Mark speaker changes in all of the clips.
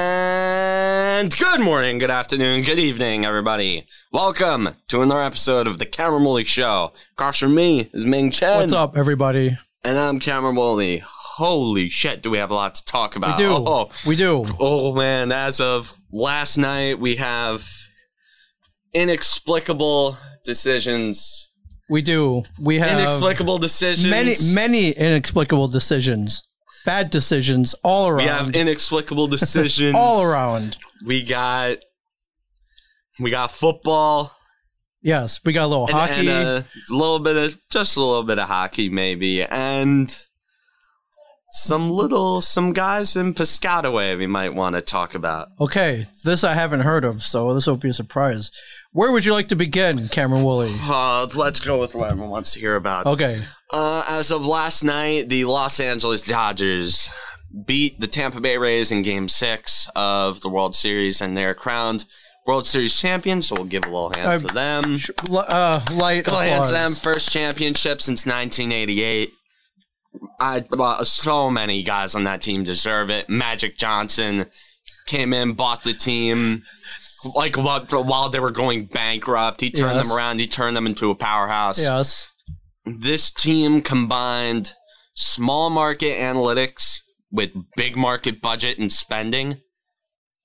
Speaker 1: And good morning, good afternoon, good evening, everybody. Welcome to another episode of the Camera Molly Show. Across from me is Ming Chen.
Speaker 2: What's up, everybody?
Speaker 1: And I'm Camera Molly. Holy shit, do we have a lot to talk
Speaker 2: We
Speaker 1: about?
Speaker 2: do.
Speaker 1: Oh,
Speaker 2: We do.
Speaker 1: oh man, as of last night, we have inexplicable decisions.
Speaker 2: We do. We have
Speaker 1: inexplicable decisions.
Speaker 2: many, many inexplicable decisions, bad decisions all
Speaker 1: We
Speaker 2: around,
Speaker 1: have inexplicable decisions.
Speaker 2: all around.
Speaker 1: We got we got football
Speaker 2: Yes, we got a little
Speaker 1: and, and
Speaker 2: hockey.
Speaker 1: uh, a little bit of just a little bit of hockey maybe and some little some guys in Piscataway we might want to talk about.
Speaker 2: okay, this I haven't heard of, so this will be a surprise. Where would you like to begin, Cameron Woolley?
Speaker 1: Uh, let's go with what everyone wants to hear about.
Speaker 2: Okay,
Speaker 1: Uh, as of last night, the Los Angeles Dodgers beat the Tampa Bay Rays in Game Six of the World Series, and they're crowned World Series champions. So we'll give a little hand
Speaker 2: I'm
Speaker 1: to them.
Speaker 2: Sh- li- uh, light
Speaker 1: Go ahead,
Speaker 2: applause.
Speaker 1: Sam. First championship since 1988. I well, so many guys on that team deserve it. Magic Johnson came in, bought the team. Like what? While they were going bankrupt, he turned
Speaker 2: Yes.
Speaker 1: them around. He turned them into a powerhouse.
Speaker 2: Yes,
Speaker 1: This team combined small market analytics with big market budget and spending,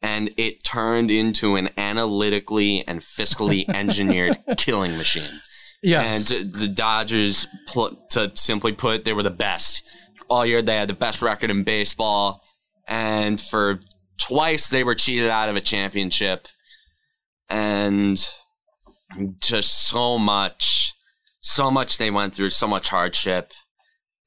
Speaker 1: and it turned into an analytically and fiscally engineered killing machine.
Speaker 2: yes.
Speaker 1: And the Dodgers, pl- to simply put, they were the best. All year, they had the best record in baseball. And for twice, they were cheated out of a championship. And just so much, so much they went through, so much hardship.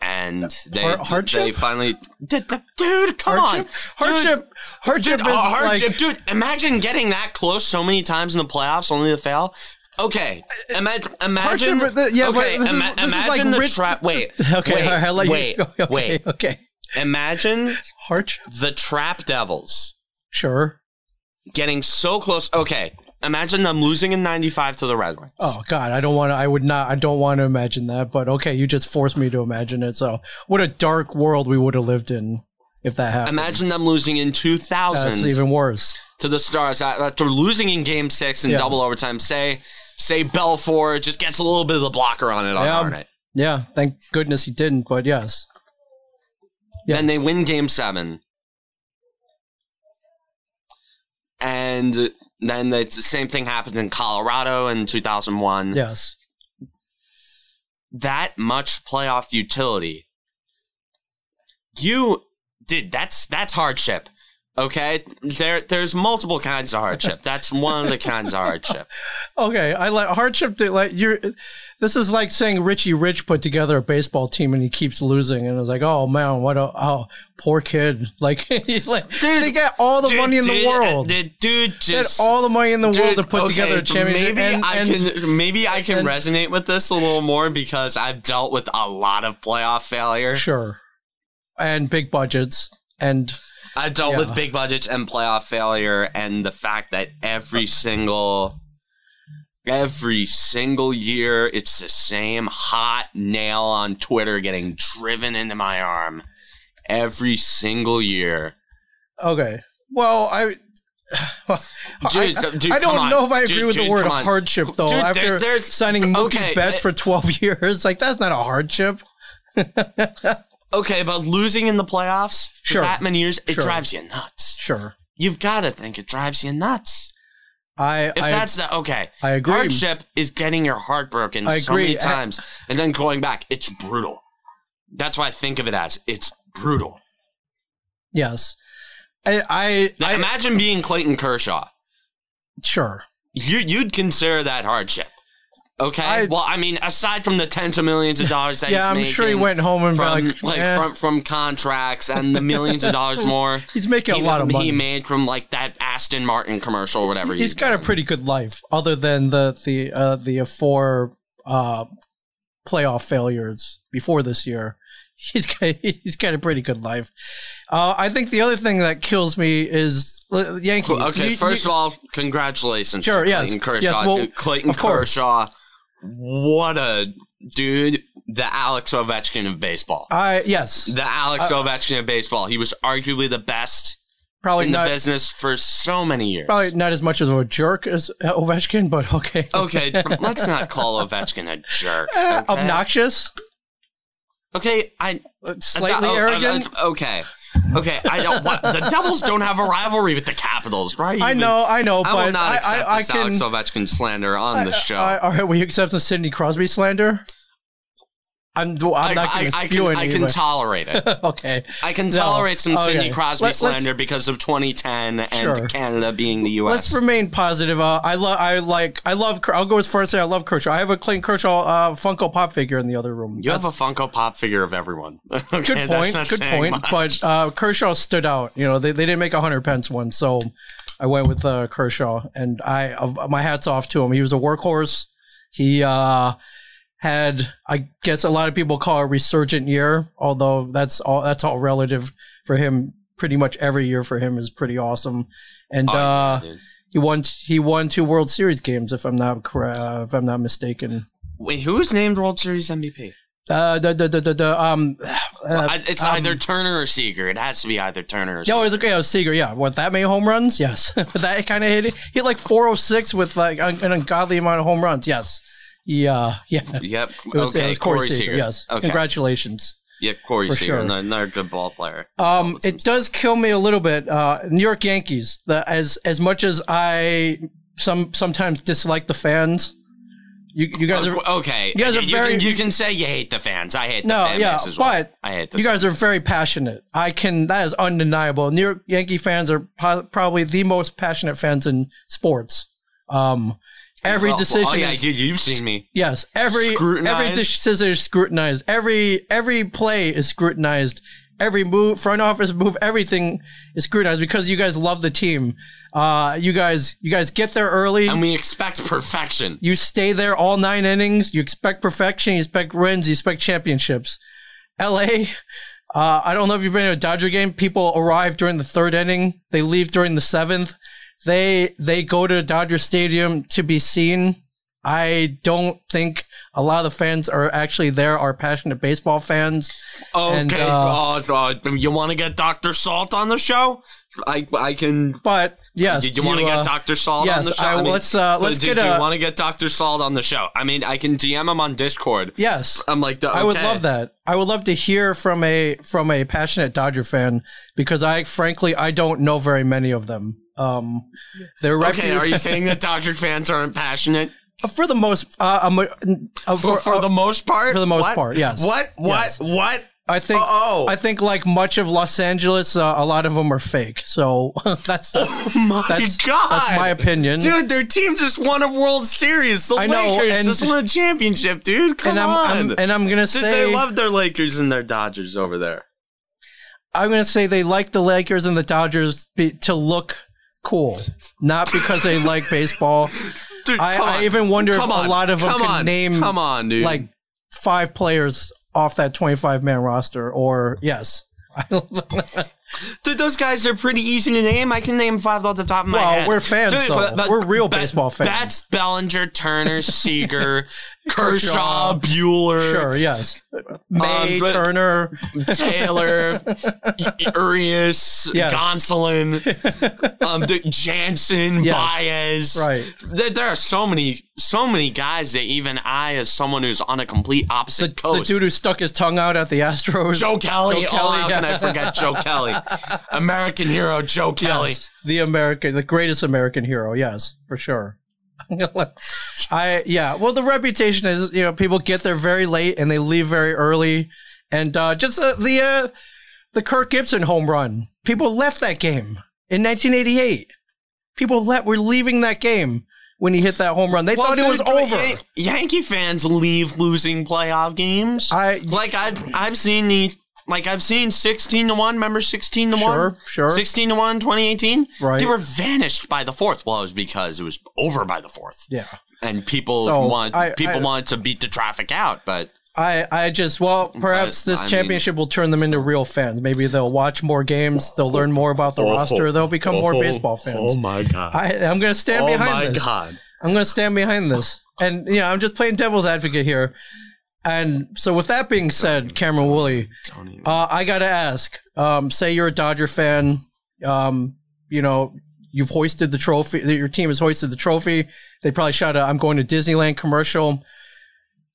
Speaker 1: And they,
Speaker 2: Har- hardship?
Speaker 1: they finally. D- d- dude, uh, come
Speaker 2: hardship,
Speaker 1: on.
Speaker 2: hardship, hardship
Speaker 1: Dude,
Speaker 2: is
Speaker 1: a hardship,
Speaker 2: like
Speaker 1: dude. Imagine getting that close so many times in the playoffs, only to fail. Okay, ima- imagine.
Speaker 2: Uh, hardship. but the- yeah,
Speaker 1: okay,
Speaker 2: but this
Speaker 1: ima-
Speaker 2: is, this is
Speaker 1: imagine
Speaker 2: like
Speaker 1: the
Speaker 2: rich-
Speaker 1: trap. Wait,
Speaker 2: Okay,
Speaker 1: wait,
Speaker 2: alright, I'll let you
Speaker 1: wait,
Speaker 2: go. Okay,
Speaker 1: wait.
Speaker 2: Okay,
Speaker 1: Imagine
Speaker 2: hardship.
Speaker 1: the trap devils
Speaker 2: Sure.
Speaker 1: getting so close. Okay, imagine them losing in '95 to the Red Wings.
Speaker 2: Oh God, I don't want to. I would not. I don't want to imagine that. But okay, you just forced me to imagine it. So what a dark world we would have lived in if that happened.
Speaker 1: Imagine them losing in
Speaker 2: That's
Speaker 1: 2000
Speaker 2: even worse.
Speaker 1: to the Stars after losing in Game Six in
Speaker 2: Yes.
Speaker 1: double overtime. Say, say Belfort just gets a little bit of the blocker on it on
Speaker 2: Yeah.
Speaker 1: Saturday night.
Speaker 2: Yeah, thank goodness he didn't. But yes, Yes.
Speaker 1: Then they win game seven. And then the the same thing happens in Colorado in 2001.
Speaker 2: yes,
Speaker 1: That much playoff utility. You did that's that's hardship. Okay? There there's multiple kinds of hardship. That's one of the kinds of hardship.
Speaker 2: okay. I like hardship. To, like you're. This is like saying Richie Rich put together a baseball team and he keeps losing, and it's like, oh man, what a oh poor kid. Like, like they got all the
Speaker 1: Dude,
Speaker 2: money in
Speaker 1: dude,
Speaker 2: the world.
Speaker 1: uh, the dude
Speaker 2: They had
Speaker 1: just
Speaker 2: all the money in the world to
Speaker 1: Dude,
Speaker 2: put
Speaker 1: okay,
Speaker 2: together a championship.
Speaker 1: Maybe
Speaker 2: and-
Speaker 1: I
Speaker 2: and-
Speaker 1: can maybe I can
Speaker 2: and-
Speaker 1: resonate with this a little more because I've dealt with a lot of playoff failure.
Speaker 2: Sure. And big budgets. And
Speaker 1: I've dealt
Speaker 2: Yeah.
Speaker 1: with big budgets and playoff failure and the fact that every single every single year it's the same hot nail on Twitter getting driven into my arm. Every single year.
Speaker 2: okay. Well, I
Speaker 1: Dude, uh,
Speaker 2: I,
Speaker 1: dude,
Speaker 2: I don't
Speaker 1: come on.
Speaker 2: know if I agree
Speaker 1: Dude,
Speaker 2: with the
Speaker 1: dude,
Speaker 2: word
Speaker 1: come on.
Speaker 2: hardship though.
Speaker 1: Dude, there-
Speaker 2: After
Speaker 1: there's-
Speaker 2: signing Mookie
Speaker 1: okay,
Speaker 2: Betts
Speaker 1: uh,
Speaker 2: for 12 years, like that's not a hardship.
Speaker 1: Okay, but losing in the playoffs for
Speaker 2: Sure.
Speaker 1: that many years, it
Speaker 2: Sure.
Speaker 1: drives you nuts.
Speaker 2: Sure.
Speaker 1: You've gotta think it drives you nuts.
Speaker 2: I
Speaker 1: If
Speaker 2: I,
Speaker 1: that's the okay,
Speaker 2: I agree.
Speaker 1: hardship is getting your heart broken
Speaker 2: I
Speaker 1: so many
Speaker 2: agree. I-
Speaker 1: times and then going back. It's brutal. That's why I think of it as it's brutal.
Speaker 2: Yes. I I,
Speaker 1: Now,
Speaker 2: I
Speaker 1: imagine being Clayton Kershaw.
Speaker 2: sure.
Speaker 1: You you'd consider that hardship, okay?
Speaker 2: I-
Speaker 1: well, I mean, aside from the tens of millions of dollars that he's
Speaker 2: Yeah, I'm
Speaker 1: making
Speaker 2: sure he went home and
Speaker 1: from
Speaker 2: like,
Speaker 1: like
Speaker 2: eh,
Speaker 1: from from contracts and the millions of dollars more.
Speaker 2: he's making a
Speaker 1: he,
Speaker 2: lot of
Speaker 1: he
Speaker 2: money.
Speaker 1: made from like that Aston Martin commercial or whatever.
Speaker 2: he's got a
Speaker 1: done.
Speaker 2: pretty good life, other than the the uh, the four uh, playoff failures before this year. He's got, he's got a pretty good life. Uh, I think the other thing that kills me is uh, Yankee.
Speaker 1: Well, okay,
Speaker 2: You-
Speaker 1: first
Speaker 2: you-
Speaker 1: of all, congratulations
Speaker 2: Sure,
Speaker 1: to Clayton
Speaker 2: yes,
Speaker 1: Kershaw.
Speaker 2: yes, well,
Speaker 1: Dude, Clayton
Speaker 2: of course.
Speaker 1: Kershaw, what a dude. the Alex Ovechkin of baseball.
Speaker 2: I yes,
Speaker 1: The
Speaker 2: uh,
Speaker 1: Alex Ovechkin of baseball. He was arguably the best
Speaker 2: probably
Speaker 1: in the
Speaker 2: not
Speaker 1: business for so many years.
Speaker 2: probably not as much as a jerk as Ovechkin, but okay.
Speaker 1: Okay, let's not call Ovechkin a jerk.
Speaker 2: Eh,
Speaker 1: Okay,
Speaker 2: obnoxious,
Speaker 1: okay I
Speaker 2: slightly
Speaker 1: Oh, oh,
Speaker 2: arrogant.
Speaker 1: oh, okay, okay. I don't. What, the Devils don't have a rivalry with the Capitals, right?
Speaker 2: I know, I know,
Speaker 1: I
Speaker 2: but
Speaker 1: will not
Speaker 2: I,
Speaker 1: accept
Speaker 2: I, I
Speaker 1: this
Speaker 2: can.
Speaker 1: Alex Ovechkin slander on the show.
Speaker 2: I, I, all right, will you accept the Sidney Crosby slander? I'm, I'm
Speaker 1: I-
Speaker 2: not
Speaker 1: I-
Speaker 2: going to
Speaker 1: I
Speaker 2: spew
Speaker 1: can,
Speaker 2: any.
Speaker 1: I can
Speaker 2: but-
Speaker 1: tolerate it.
Speaker 2: okay.
Speaker 1: I can
Speaker 2: No.
Speaker 1: tolerate some
Speaker 2: Okay.
Speaker 1: Sidney Crosby
Speaker 2: Let- let's-
Speaker 1: slander because of 2010 and
Speaker 2: Sure.
Speaker 1: Canada being the U.S.
Speaker 2: Let's remain positive. Uh, I love. I like. I love. Ker- I'll go as far as say I love Kershaw. I have a Clayton Kershaw uh, Funko Pop figure in the other room.
Speaker 1: you have a
Speaker 2: That's-
Speaker 1: Funko Pop figure of everyone. Okay,
Speaker 2: good
Speaker 1: that's
Speaker 2: point.
Speaker 1: not
Speaker 2: Good
Speaker 1: saying
Speaker 2: point.
Speaker 1: much.
Speaker 2: But uh, Kershaw stood out. You know, they, they didn't make a hundred pence one, so I went with uh, Kershaw, and I uh, my hats off to him. He was a workhorse. He uh, had, I guess, a lot of people call it a resurgent year, although that's all that's all relative for him. Pretty much every year for him is pretty awesome, and
Speaker 1: Oh, yeah,
Speaker 2: uh,
Speaker 1: dude.
Speaker 2: he won he won two World Series games if I'm not cor- uh, if I'm not mistaken.
Speaker 1: Wait, who's named World Series MVP?
Speaker 2: Uh, da, da, da, da, da, um, uh,
Speaker 1: I- it's
Speaker 2: um,
Speaker 1: either Turner or Seager. It has to be either Turner or
Speaker 2: Yeah,
Speaker 1: Seager.
Speaker 2: it was okay. I was Seager. Yeah, what that many home runs? Yes, With that kind of hit. He hit like 406 with like un- an ungodly amount of home runs. Yes, yeah, yeah. It
Speaker 1: Yep.
Speaker 2: was, it
Speaker 1: okay,
Speaker 2: was
Speaker 1: Corey Seager.
Speaker 2: Yes,
Speaker 1: Okay.
Speaker 2: congratulations.
Speaker 1: yeah, Corey
Speaker 2: for
Speaker 1: Seager.
Speaker 2: sure.
Speaker 1: Another, another good ball player.
Speaker 2: Um,
Speaker 1: With some
Speaker 2: it does kill me a little bit. Uh, New York Yankees. The, as as much as I some sometimes dislike the fans, you you guys are
Speaker 1: Oh, okay.
Speaker 2: you guys are
Speaker 1: you,
Speaker 2: very-
Speaker 1: can, you can say you hate the fans. I hate
Speaker 2: No,
Speaker 1: the fan
Speaker 2: yeah,
Speaker 1: base as well.
Speaker 2: but
Speaker 1: I hate the
Speaker 2: you guys are very passionate. I can that is undeniable. New York Yankee fans are po- probably the most passionate fans in sports. Um, every
Speaker 1: Well, well,
Speaker 2: decision
Speaker 1: Oh yeah,
Speaker 2: is,
Speaker 1: you, you've seen me.
Speaker 2: Yes, every every
Speaker 1: Scrutinized.
Speaker 2: decision is scrutinized. Every every play is scrutinized. Every move, front office move, everything is scrutinized because you guys love the team. Uh, you guys you guys get there early.
Speaker 1: And we expect perfection.
Speaker 2: you stay there all nine innings. You expect perfection. You expect wins. You expect championships. L.A. Uh, I don't know if you've been to a Dodger game. People arrive during the third inning. They leave during the seventh. They they go to Dodger Stadium to be seen. I don't think a lot of the fans are actually there are passionate baseball fans.
Speaker 1: Okay.
Speaker 2: And,
Speaker 1: uh,
Speaker 2: uh,
Speaker 1: uh, you want to get Dr. Salt on the show? I I can.
Speaker 2: But yes,
Speaker 1: you,
Speaker 2: do
Speaker 1: want to
Speaker 2: uh,
Speaker 1: get Dr. Salt on
Speaker 2: yes,
Speaker 1: the show?
Speaker 2: I- let's, uh, let's
Speaker 1: do,
Speaker 2: get
Speaker 1: do
Speaker 2: a-
Speaker 1: you want to get Dr. Salt on the show? I mean, I can DM him on Discord.
Speaker 2: Yes,
Speaker 1: I'm like,
Speaker 2: I would
Speaker 1: okay.
Speaker 2: love that. I would love to hear from a from a passionate Dodger fan because I frankly I don't know very many of them. Um, they're
Speaker 1: Okay, are you saying that Dodger fans aren't passionate?
Speaker 2: for the most uh, I'm a- uh,
Speaker 1: For,
Speaker 2: for,
Speaker 1: for the most part?
Speaker 2: for the most
Speaker 1: What?
Speaker 2: part, yes.
Speaker 1: What? What?
Speaker 2: Yes.
Speaker 1: What?
Speaker 2: I think
Speaker 1: Oh.
Speaker 2: I think like much of Los Angeles, uh, a lot of them are fake. So that's that's,
Speaker 1: Oh My
Speaker 2: that's,
Speaker 1: God.
Speaker 2: that's my opinion.
Speaker 1: Dude, their team just won a World Series. The
Speaker 2: I know,
Speaker 1: Lakers
Speaker 2: and-
Speaker 1: just won a championship, dude. Come
Speaker 2: and I'm,
Speaker 1: on.
Speaker 2: I'm and I'm gonna
Speaker 1: Dude,
Speaker 2: say
Speaker 1: they love their Lakers and their Dodgers over there.
Speaker 2: I'm gonna say they like the Lakers and the Dodgers be, to look cool, not because they like baseball.
Speaker 1: Dude,
Speaker 2: I,
Speaker 1: come
Speaker 2: I
Speaker 1: on.
Speaker 2: even wonder if
Speaker 1: Come on.
Speaker 2: a lot of them
Speaker 1: come
Speaker 2: can
Speaker 1: on.
Speaker 2: name
Speaker 1: Come on, dude.
Speaker 2: like five players off that 25 man roster. Or yes, I don't know.
Speaker 1: dude, those guys are pretty easy to name. I can name five off the top of my
Speaker 2: well,
Speaker 1: head.
Speaker 2: we're fans
Speaker 1: Dude,
Speaker 2: though.
Speaker 1: but- but-
Speaker 2: we're real
Speaker 1: but-
Speaker 2: baseball fans.
Speaker 1: That's Bellinger, Turner, Seager, Kershaw,
Speaker 2: Kershaw.
Speaker 1: Bueller,
Speaker 2: sure. Yes, May
Speaker 1: but-
Speaker 2: Turner.
Speaker 1: Taylor, I- Urias,
Speaker 2: Yes.
Speaker 1: Gonsolin, um, the Jansen,
Speaker 2: Yes.
Speaker 1: Baez.
Speaker 2: Right.
Speaker 1: There, there are so many, so many guys that even I, as someone who's on a complete opposite
Speaker 2: The
Speaker 1: coast,
Speaker 2: dude who stuck his tongue out at the Astros.
Speaker 1: Joe Kelly.
Speaker 2: Joe
Speaker 1: oh,
Speaker 2: Kelly,
Speaker 1: how
Speaker 2: yeah.
Speaker 1: can I forget Joe Kelly? American hero, Joe Kelly.
Speaker 2: Yes, the American, the greatest American hero. Yes, for sure. I yeah. Well, the reputation is you know people get there very late and they leave very early, and uh, just uh, the uh, the Kirk Gibson home run. People left that game in 1988. People left were leaving that game when he hit that home run. They thought it was
Speaker 1: dude,
Speaker 2: over.
Speaker 1: Yan- Yankee fans leave losing playoff games.
Speaker 2: I
Speaker 1: like I've I've seen the like I've seen sixteen to one. Remember sixteen to
Speaker 2: sure
Speaker 1: one.
Speaker 2: sure
Speaker 1: 16 to 1, 2018.
Speaker 2: Right.
Speaker 1: They were vanished by the fourth. Well, it was because it was over by the fourth.
Speaker 2: yeah.
Speaker 1: And people
Speaker 2: So,
Speaker 1: want
Speaker 2: I-
Speaker 1: people
Speaker 2: I-
Speaker 1: want to beat the traffic out, but
Speaker 2: I, I just well perhaps
Speaker 1: But,
Speaker 2: this
Speaker 1: I mean-
Speaker 2: championship will turn them into real fans. Maybe they'll watch more games, they'll learn more about the roster, they'll become more baseball fans.
Speaker 1: Oh, my god.
Speaker 2: I, I'm going to stand
Speaker 1: oh
Speaker 2: behind
Speaker 1: my
Speaker 2: this.
Speaker 1: god.
Speaker 2: I'm going to stand behind this. And you know, I'm just playing devil's advocate here. And so, with that being said, Cameron Woolley,
Speaker 1: Don't even.
Speaker 2: uh, I got to ask um, say you're a Dodger fan, um, you know, you've hoisted the trophy, your team has hoisted the trophy. They probably shot a I'm going to Disneyland commercial.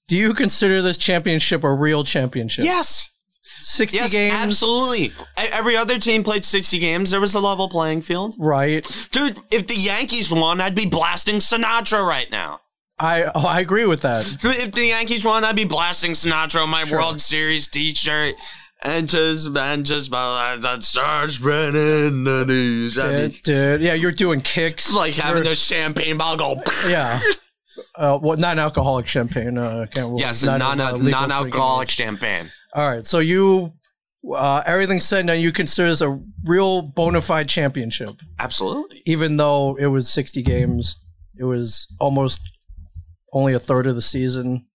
Speaker 2: Do you consider this championship a real championship?
Speaker 1: yes.
Speaker 2: 60
Speaker 1: Yes.
Speaker 2: games.
Speaker 1: Absolutely. E- Every other team played 60 games. There was a level playing field.
Speaker 2: Right.
Speaker 1: Dude, if the Yankees won, I'd be blasting Sinatra right now.
Speaker 2: I oh, I agree with that.
Speaker 1: If the Yankees won, I'd be blasting Sinatra on my
Speaker 2: Sure.
Speaker 1: World Series T-shirt. And just, and just, uh, that starts spreading the news. I mean,
Speaker 2: Dude, dude, yeah, you're doing kicks.
Speaker 1: it's like having
Speaker 2: You're-
Speaker 1: a champagne bottle go.
Speaker 2: yeah. Uh, what non-alcoholic champagne? Uh, I can't remember.
Speaker 1: Yes,
Speaker 2: Non-
Speaker 1: non
Speaker 2: uh, legal
Speaker 1: non-alcoholic
Speaker 2: drinking
Speaker 1: champagne.
Speaker 2: age. All right, so you, uh, everything's said, now you consider this a real bona fide championship,
Speaker 1: Absolutely.
Speaker 2: even though it was sixty games. It was almost only a third of the season.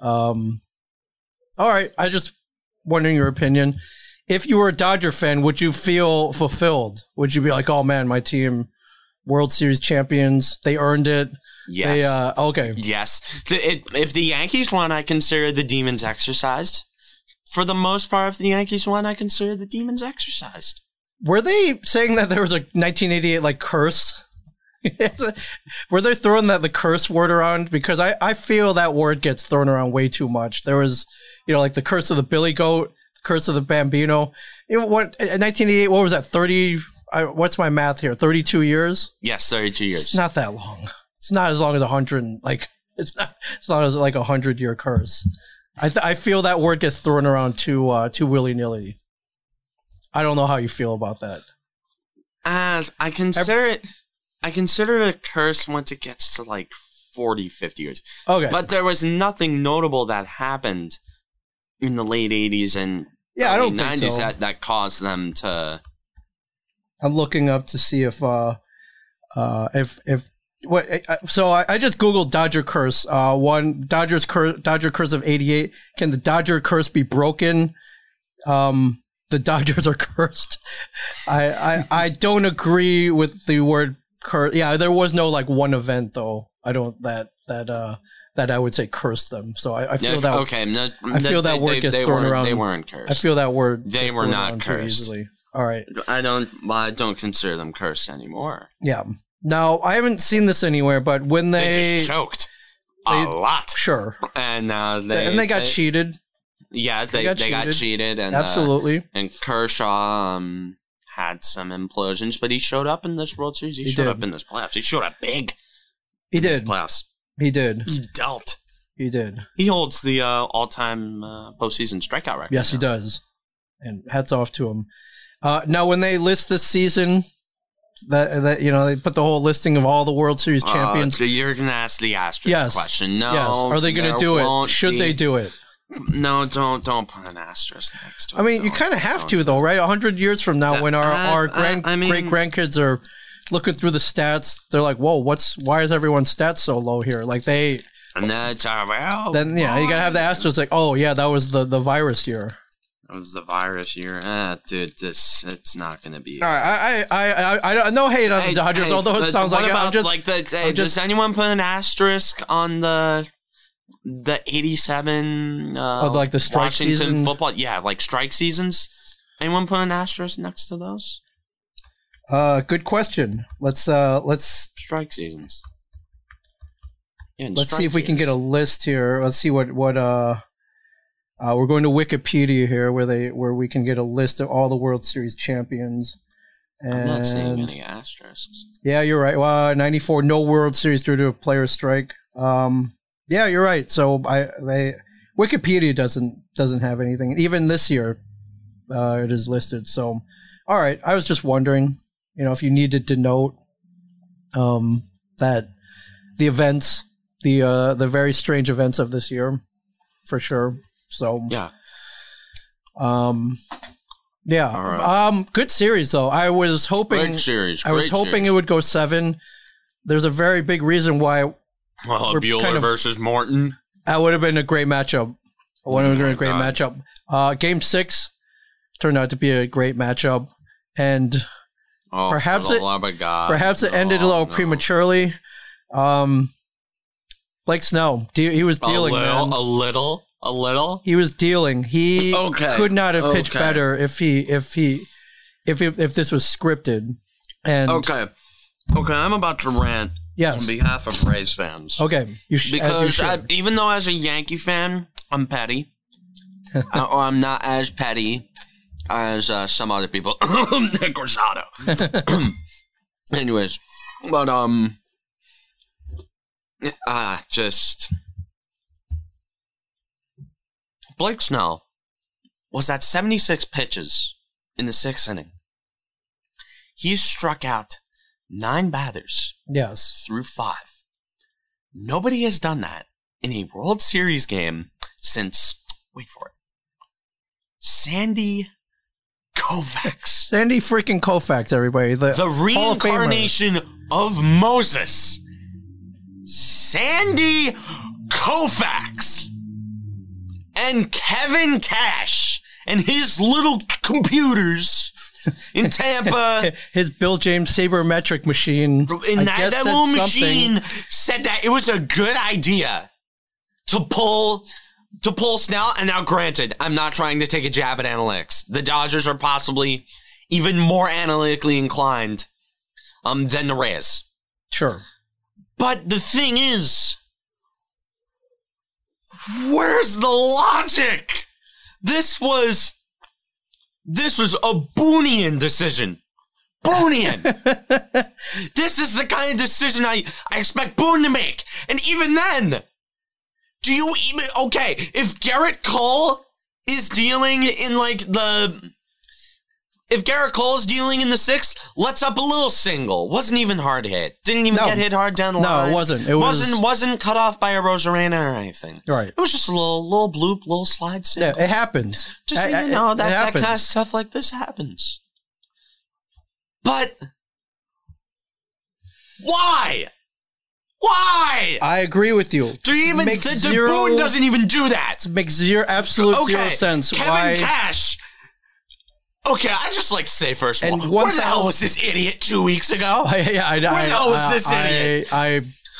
Speaker 2: Um, all right, I just wondering your opinion. If you were a Dodger fan, would you feel fulfilled? Would you be like, "Oh man, my team, World Series champions, they earned it."
Speaker 1: Yes.
Speaker 2: They, uh, okay,
Speaker 1: yes. The- it- if the Yankees won, I consider the demons exercised. For the most part, if the Yankees won, I consider the demons exercised.
Speaker 2: were they saying that there was a 1988 like curse? were they throwing that the curse word around? Because I, I feel that word gets thrown around way too much. There was, you know, like the curse of the Billy Goat, the curse of the Bambino. You know, what in 1988? What was that? 30? I, what's my math here? 32 years?
Speaker 1: Yes, 32
Speaker 2: It's
Speaker 1: years.
Speaker 2: not that long. It's not as long as a hundred. and- Like it's not. It's not as like a hundred year curse. I th- I feel that word gets thrown around too uh, too willy nilly. I don't know how you feel about that.
Speaker 1: As I consider it, I consider it a curse once it gets to like 40, 50 years.
Speaker 2: Okay.
Speaker 1: But there was nothing notable that happened in the late 80s and
Speaker 2: yeah, I don't
Speaker 1: early
Speaker 2: think so.
Speaker 1: that, that caused them to.
Speaker 2: I'm looking up to see if uh uh if if what I- I- so I, I just googled Dodger curse. Uh one Dodgers curse Dodger curse of 88. Can the Dodger curse be broken? Um the Dodgers are cursed. I I, I don't agree with the word curse. Yeah, there was no like one event though. I don't that that uh that I would say cursed them. So I, I feel that
Speaker 1: okay, no,
Speaker 2: I feel that word gets thrown
Speaker 1: weren't-
Speaker 2: around.
Speaker 1: They weren't cursed.
Speaker 2: I feel that word
Speaker 1: They
Speaker 2: gets
Speaker 1: were
Speaker 2: thrown
Speaker 1: not
Speaker 2: around too
Speaker 1: cursed.
Speaker 2: easily. All right.
Speaker 1: I don't. Well, I don't consider them cursed anymore.
Speaker 2: Yeah. Now I haven't seen this anywhere, but when
Speaker 1: They,
Speaker 2: they,
Speaker 1: just choked
Speaker 2: they-
Speaker 1: a lot,
Speaker 2: sure,
Speaker 1: and uh, they
Speaker 2: and they got cheated,
Speaker 1: Yeah, they, they,
Speaker 2: got
Speaker 1: got, cheated. and uh,
Speaker 2: absolutely.
Speaker 1: and Kershaw um, had some implosions, but he showed up in this World Series. He,
Speaker 2: He
Speaker 1: showed
Speaker 2: did.
Speaker 1: up in this playoffs. He showed up big.
Speaker 2: He
Speaker 1: in this
Speaker 2: did.
Speaker 1: playoffs.
Speaker 2: He did.
Speaker 1: He dealt.
Speaker 2: He did.
Speaker 1: He holds the uh, all-time uh, postseason strikeout record.
Speaker 2: Yes, he
Speaker 1: now.
Speaker 2: does. And hats off to him. Uh, now, when they list this season, that that you know they put the whole listing of all the World Series
Speaker 1: Uh,
Speaker 2: champions.
Speaker 1: so you're gonna ask the Astros
Speaker 2: Yes.
Speaker 1: question. No.
Speaker 2: yes, are they going to do it? Should they do it?
Speaker 1: No, don't don't put an asterisk next to it.
Speaker 2: I mean, you
Speaker 1: Don't,
Speaker 2: kind of have
Speaker 1: don't.
Speaker 2: to though, right? A hundred years from now,
Speaker 1: That-
Speaker 2: when our
Speaker 1: I- I-
Speaker 2: our grand
Speaker 1: I mean-
Speaker 2: great grandkids are looking through the stats, they're like, "Whoa, what's why is everyone's stats so low here?" Like they
Speaker 1: And then it's uh, well,
Speaker 2: then yeah, you gotta have the
Speaker 1: boy,
Speaker 2: Astros like, oh yeah, that was the the virus year.
Speaker 1: It was the virus year. Ah, dude, this it's not gonna be.
Speaker 2: All right, I I I I, I no hate on
Speaker 1: Hey,
Speaker 2: the Dodgers,
Speaker 1: hey,
Speaker 2: although it
Speaker 1: but
Speaker 2: sounds
Speaker 1: what
Speaker 2: like
Speaker 1: about,
Speaker 2: I'm just
Speaker 1: like the, hey,
Speaker 2: just-
Speaker 1: does anyone put an asterisk on the the eighty seven uh,
Speaker 2: Oh, like the strike
Speaker 1: Washington
Speaker 2: season?
Speaker 1: football? Yeah, like strike seasons. Anyone put an asterisk next to those
Speaker 2: uh, good question. Let's uh let's
Speaker 1: strike seasons? Yeah, and
Speaker 2: let's see
Speaker 1: strike
Speaker 2: if we can
Speaker 1: years.
Speaker 2: get a list here. Let's see what what uh. Uh, we're going to Wikipedia here, where they where we can get a list of all the World Series champions. And
Speaker 1: I'm not seeing any asterisks.
Speaker 2: Yeah, you're right. Well, '94, no World Series due to a player strike. Um, yeah, you're right. So I they Wikipedia doesn't doesn't have anything. Even this year, uh, it is listed. So, all right. I was just wondering, you know, if you needed to note um, that the events, the uh, the very strange events of this year, for sure. So
Speaker 1: Yeah,
Speaker 2: um, yeah.
Speaker 1: All right.
Speaker 2: Um, good series though. I was hoping.
Speaker 1: great series.
Speaker 2: I was
Speaker 1: great
Speaker 2: hoping
Speaker 1: series.
Speaker 2: it would go seven. There's a very big reason why
Speaker 1: Well,
Speaker 2: We're
Speaker 1: Bueller
Speaker 2: kind of-
Speaker 1: versus Morton.
Speaker 2: that would have been a great matchup. It would have been a great
Speaker 1: Oh my
Speaker 2: matchup. Uh, game six turned out to be a great matchup, and
Speaker 1: Oh,
Speaker 2: Perhaps
Speaker 1: for the
Speaker 2: it-
Speaker 1: love of God.
Speaker 2: perhaps it
Speaker 1: Ah, no,
Speaker 2: ended a little
Speaker 1: no.
Speaker 2: prematurely. Um, Blake Snow, de- he was
Speaker 1: A
Speaker 2: dealing,
Speaker 1: little,
Speaker 2: man.
Speaker 1: a little, a little.
Speaker 2: He was dealing. He
Speaker 3: Okay.
Speaker 2: could not have pitched
Speaker 3: Okay.
Speaker 2: better if he if he if if, if this was scripted. And
Speaker 3: Okay. Okay, I'm about to rant on
Speaker 2: yes,
Speaker 3: behalf of Rays fans.
Speaker 2: okay, you sh- as you
Speaker 1: Because
Speaker 2: should.
Speaker 1: I, even though as a Yankee fan, I'm petty, Uh, or I'm not as petty as uh, some other people. Nick Rosado. Anyways, but um, ah, just Blake Snell was at 76 pitches in the sixth inning. He struck out nine batters
Speaker 2: yes,
Speaker 1: through five. Nobody has done that in a World Series game since, wait for it, Sandy Kovacs,
Speaker 2: Sandy freaking Koufax, everybody. The,
Speaker 1: the
Speaker 2: Hall of Famer.
Speaker 1: reincarnation of Moses. Sandy Koufax and Kevin Cash and his little computers in Tampa.
Speaker 2: his Bill James sabermetric machine.
Speaker 1: And
Speaker 2: I
Speaker 1: that, that
Speaker 2: guess said
Speaker 1: little
Speaker 2: something.
Speaker 1: machine said that it was a good idea to pull to pull Snell. And now, granted, I'm not trying to take a jab at analytics. The Dodgers are possibly even more analytically inclined um, than the Rays.
Speaker 2: Sure.
Speaker 1: But the thing is, where's the logic? This was this was a Boonian decision. Boonian. this is the kind of decision I, I expect Boone to make. And even then, do you even okay, if Garrett Cole is dealing in like the if Garrett Cole's dealing in the sixth, let's up a little single. Wasn't even hard hit. Didn't even
Speaker 2: No.
Speaker 1: get hit hard down the
Speaker 2: No,
Speaker 1: line.
Speaker 2: it wasn't. It was
Speaker 1: wasn't wasn't cut off by a Rosarena or anything.
Speaker 2: right.
Speaker 1: It was just a little little bloop, little slide
Speaker 2: Yeah,
Speaker 1: single.
Speaker 2: it happens.
Speaker 1: just so
Speaker 2: I- I-
Speaker 1: you know
Speaker 2: it
Speaker 1: that, that
Speaker 2: happens.
Speaker 1: kind of stuff like this happens. But why? Why?
Speaker 2: I agree with you.
Speaker 1: Do you even the,
Speaker 2: makes
Speaker 1: the
Speaker 2: zero-
Speaker 1: Boone doesn't even do that?
Speaker 2: Makes zero absolute zero sense.
Speaker 1: Kevin
Speaker 2: why?
Speaker 1: Cash. Okay, I just like to say first of
Speaker 2: And
Speaker 1: all,
Speaker 2: one
Speaker 1: where the hell
Speaker 2: thou-
Speaker 1: was this idiot two weeks ago?
Speaker 2: I, yeah, I,
Speaker 1: Where
Speaker 2: I,
Speaker 1: the hell was
Speaker 2: I-
Speaker 1: this
Speaker 2: I,
Speaker 1: idiot?
Speaker 2: I, I,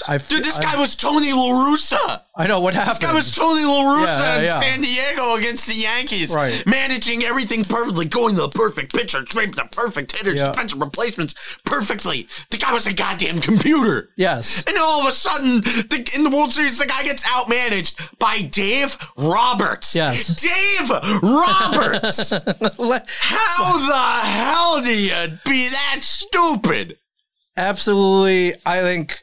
Speaker 2: I-
Speaker 1: Dude, this
Speaker 2: I-
Speaker 1: guy was Tony LaRussa.
Speaker 2: I know what happened.
Speaker 1: This guy was Tony LaRussa
Speaker 2: Yeah, yeah, yeah.
Speaker 1: in San Diego against the Yankees.
Speaker 2: Right.
Speaker 1: Managing everything perfectly, going to the perfect pitcher, straight to the perfect hitters,
Speaker 2: Yeah.
Speaker 1: defensive replacements perfectly. The guy was a goddamn computer.
Speaker 2: yes.
Speaker 1: And all of a sudden, the, in the World Series, the guy gets outmanaged by Dave Roberts.
Speaker 2: Yes.
Speaker 1: Dave Roberts! How the hell do you be that stupid?
Speaker 2: Absolutely. I think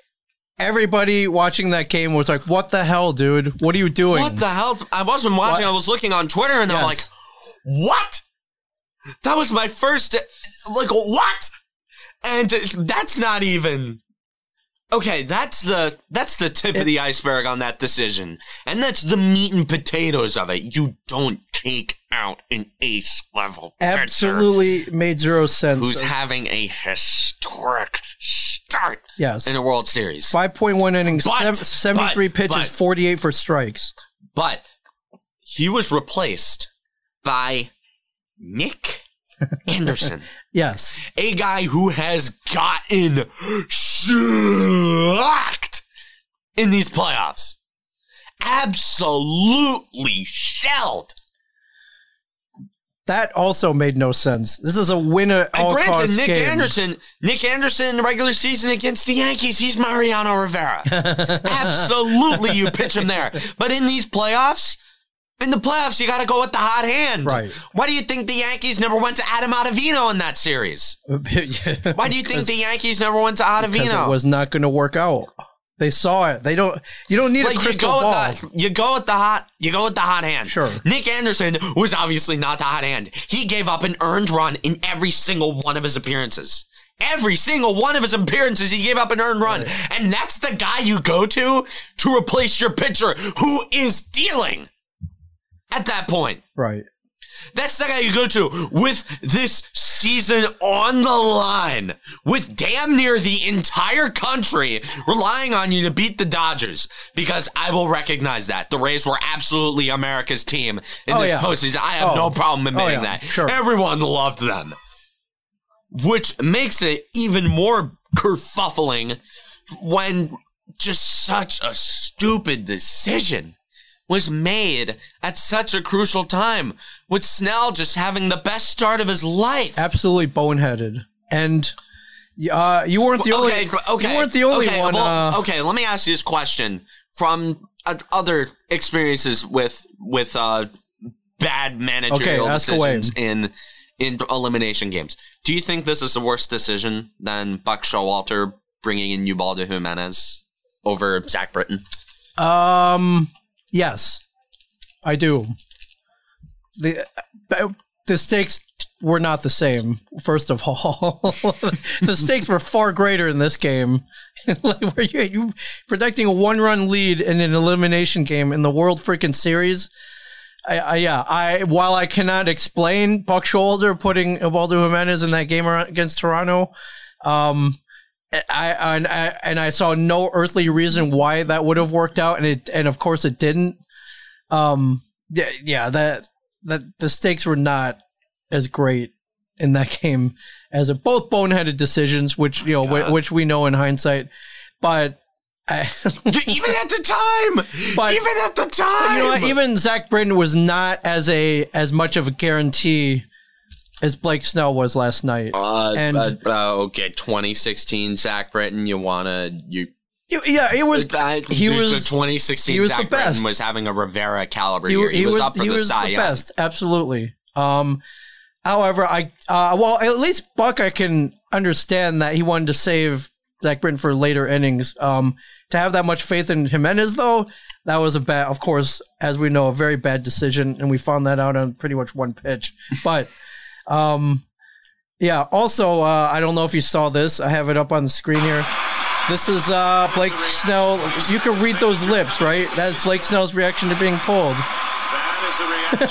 Speaker 2: everybody watching that game was like, "What the hell, dude? What are you doing?"
Speaker 1: What the hell? I wasn't watching.
Speaker 2: What?
Speaker 1: I was looking on Twitter, and I'm like,
Speaker 2: Yes.
Speaker 1: "What? That was my first. Like what? And that's not even." Okay, that's the that's the tip of the iceberg on that decision, and that's the meat and potatoes of it. You don't take out an ace level pitcher
Speaker 2: Absolutely made zero sense.
Speaker 1: who's having a historic start
Speaker 2: yes.
Speaker 1: in a World Series.
Speaker 2: Five point one innings,
Speaker 1: But-
Speaker 2: sev-
Speaker 1: but-
Speaker 2: seventy-three pitches,
Speaker 1: but-
Speaker 2: forty-eight for strikes.
Speaker 1: but he was replaced by Nick Anderson,
Speaker 2: Yes,
Speaker 1: a guy who has gotten shellacked in these playoffs. Absolutely shelled.
Speaker 2: that also made no sense. This is a winner
Speaker 1: And
Speaker 2: all
Speaker 1: granted,
Speaker 2: costs
Speaker 1: Nick
Speaker 2: game.
Speaker 1: Anderson, Nick Anderson in the regular season against the Yankees, he's Mariano Rivera. Absolutely, you pitch him there. But in these playoffs, in the playoffs, you got to go with the hot hand.
Speaker 2: Right.
Speaker 1: Why do you think the Yankees never went to Adam Ottavino in that series?
Speaker 2: Yeah,
Speaker 1: Why do you think the Yankees never went to
Speaker 2: because
Speaker 1: Ottavino?
Speaker 2: it was not going to work out. They saw it. They don't. You don't need a
Speaker 1: like you
Speaker 2: crystal
Speaker 1: go with
Speaker 2: ball.
Speaker 1: the you go with the hot you go with the hot hand.
Speaker 2: Sure.
Speaker 1: Nick Anderson was obviously not the hot hand. He gave up an earned run in every single one of his appearances. Every single one of his appearances, he gave up an earned run, and that's the guy you go to to replace your pitcher who is dealing. At that point,
Speaker 2: Right.
Speaker 1: that's the guy you go to with this season on the line, with damn near the entire country relying on you to beat the Dodgers. Because I will recognize that the Rays were absolutely America's team in
Speaker 2: Oh,
Speaker 1: this
Speaker 2: yeah.
Speaker 1: postseason. I have
Speaker 2: Oh.
Speaker 1: no problem admitting
Speaker 2: Oh, yeah.
Speaker 1: that.
Speaker 2: Sure.
Speaker 1: Everyone loved them, which makes it even more kerfuffling when just such a stupid decision was made at such a crucial time, with Snell just having the best start of his life.
Speaker 2: absolutely boneheaded. And uh, you weren't the only.
Speaker 1: okay, but- okay,
Speaker 2: you weren't the only
Speaker 1: okay,
Speaker 2: one.
Speaker 1: well,
Speaker 2: uh,
Speaker 1: okay, let me ask you this question from uh, other experiences with with uh, bad managerial
Speaker 2: Okay, ask away.
Speaker 1: decisions in in elimination games. Do you think this is the worst decision than Buck Showalter bringing in Ubaldo Jimenez over Zach Britton?
Speaker 2: Um. Yes, I do. the uh, The stakes were not the same. First of all, the stakes were far greater in this game. like, were you, you protecting a one run lead in an elimination game in the World freaking Series? I, I, yeah, I while I cannot explain Buck Shoulder putting Ubaldo Jimenez in that game ar- against Toronto, um, I and I and I saw no earthly reason why that would have worked out, and it and of course it didn't. Um, yeah, yeah, that that the stakes were not as great in that game as a, both boneheaded decisions, which you know, whi-
Speaker 1: God.
Speaker 2: which we know in hindsight, but. I,
Speaker 1: even at the time,
Speaker 2: But-
Speaker 1: even at the time,
Speaker 2: you know what? Even Zach Britton was not as a as much of a guarantee as Blake Snell was last night.
Speaker 1: Uh,
Speaker 2: And-
Speaker 1: but, uh, okay, 2016 Zach Britton. You wanna you?
Speaker 2: You- yeah, it was.
Speaker 1: I,
Speaker 2: he
Speaker 1: the
Speaker 2: was-
Speaker 1: 2016
Speaker 2: he was
Speaker 1: Zach
Speaker 2: the best.
Speaker 1: Britton was having a Rivera caliber
Speaker 2: He,
Speaker 1: year. He,
Speaker 2: he
Speaker 1: was, up for
Speaker 2: he
Speaker 1: the
Speaker 2: was
Speaker 1: Cy
Speaker 2: the
Speaker 1: Young.
Speaker 2: best, absolutely. Um, however, I uh, well at least Buck I can understand that he wanted to save Zach Britton for later innings. Um, to have that much faith in Jimenez though, that was a bad, of course, as we know, a very bad decision, and we found that out on pretty much one pitch. But um, yeah. Also, uh, I don't know if you saw this. I have it up on the screen here. This is uh, Blake Snell. You can read those lips, right? That's Blake Snell's reaction to being pulled.
Speaker 4: That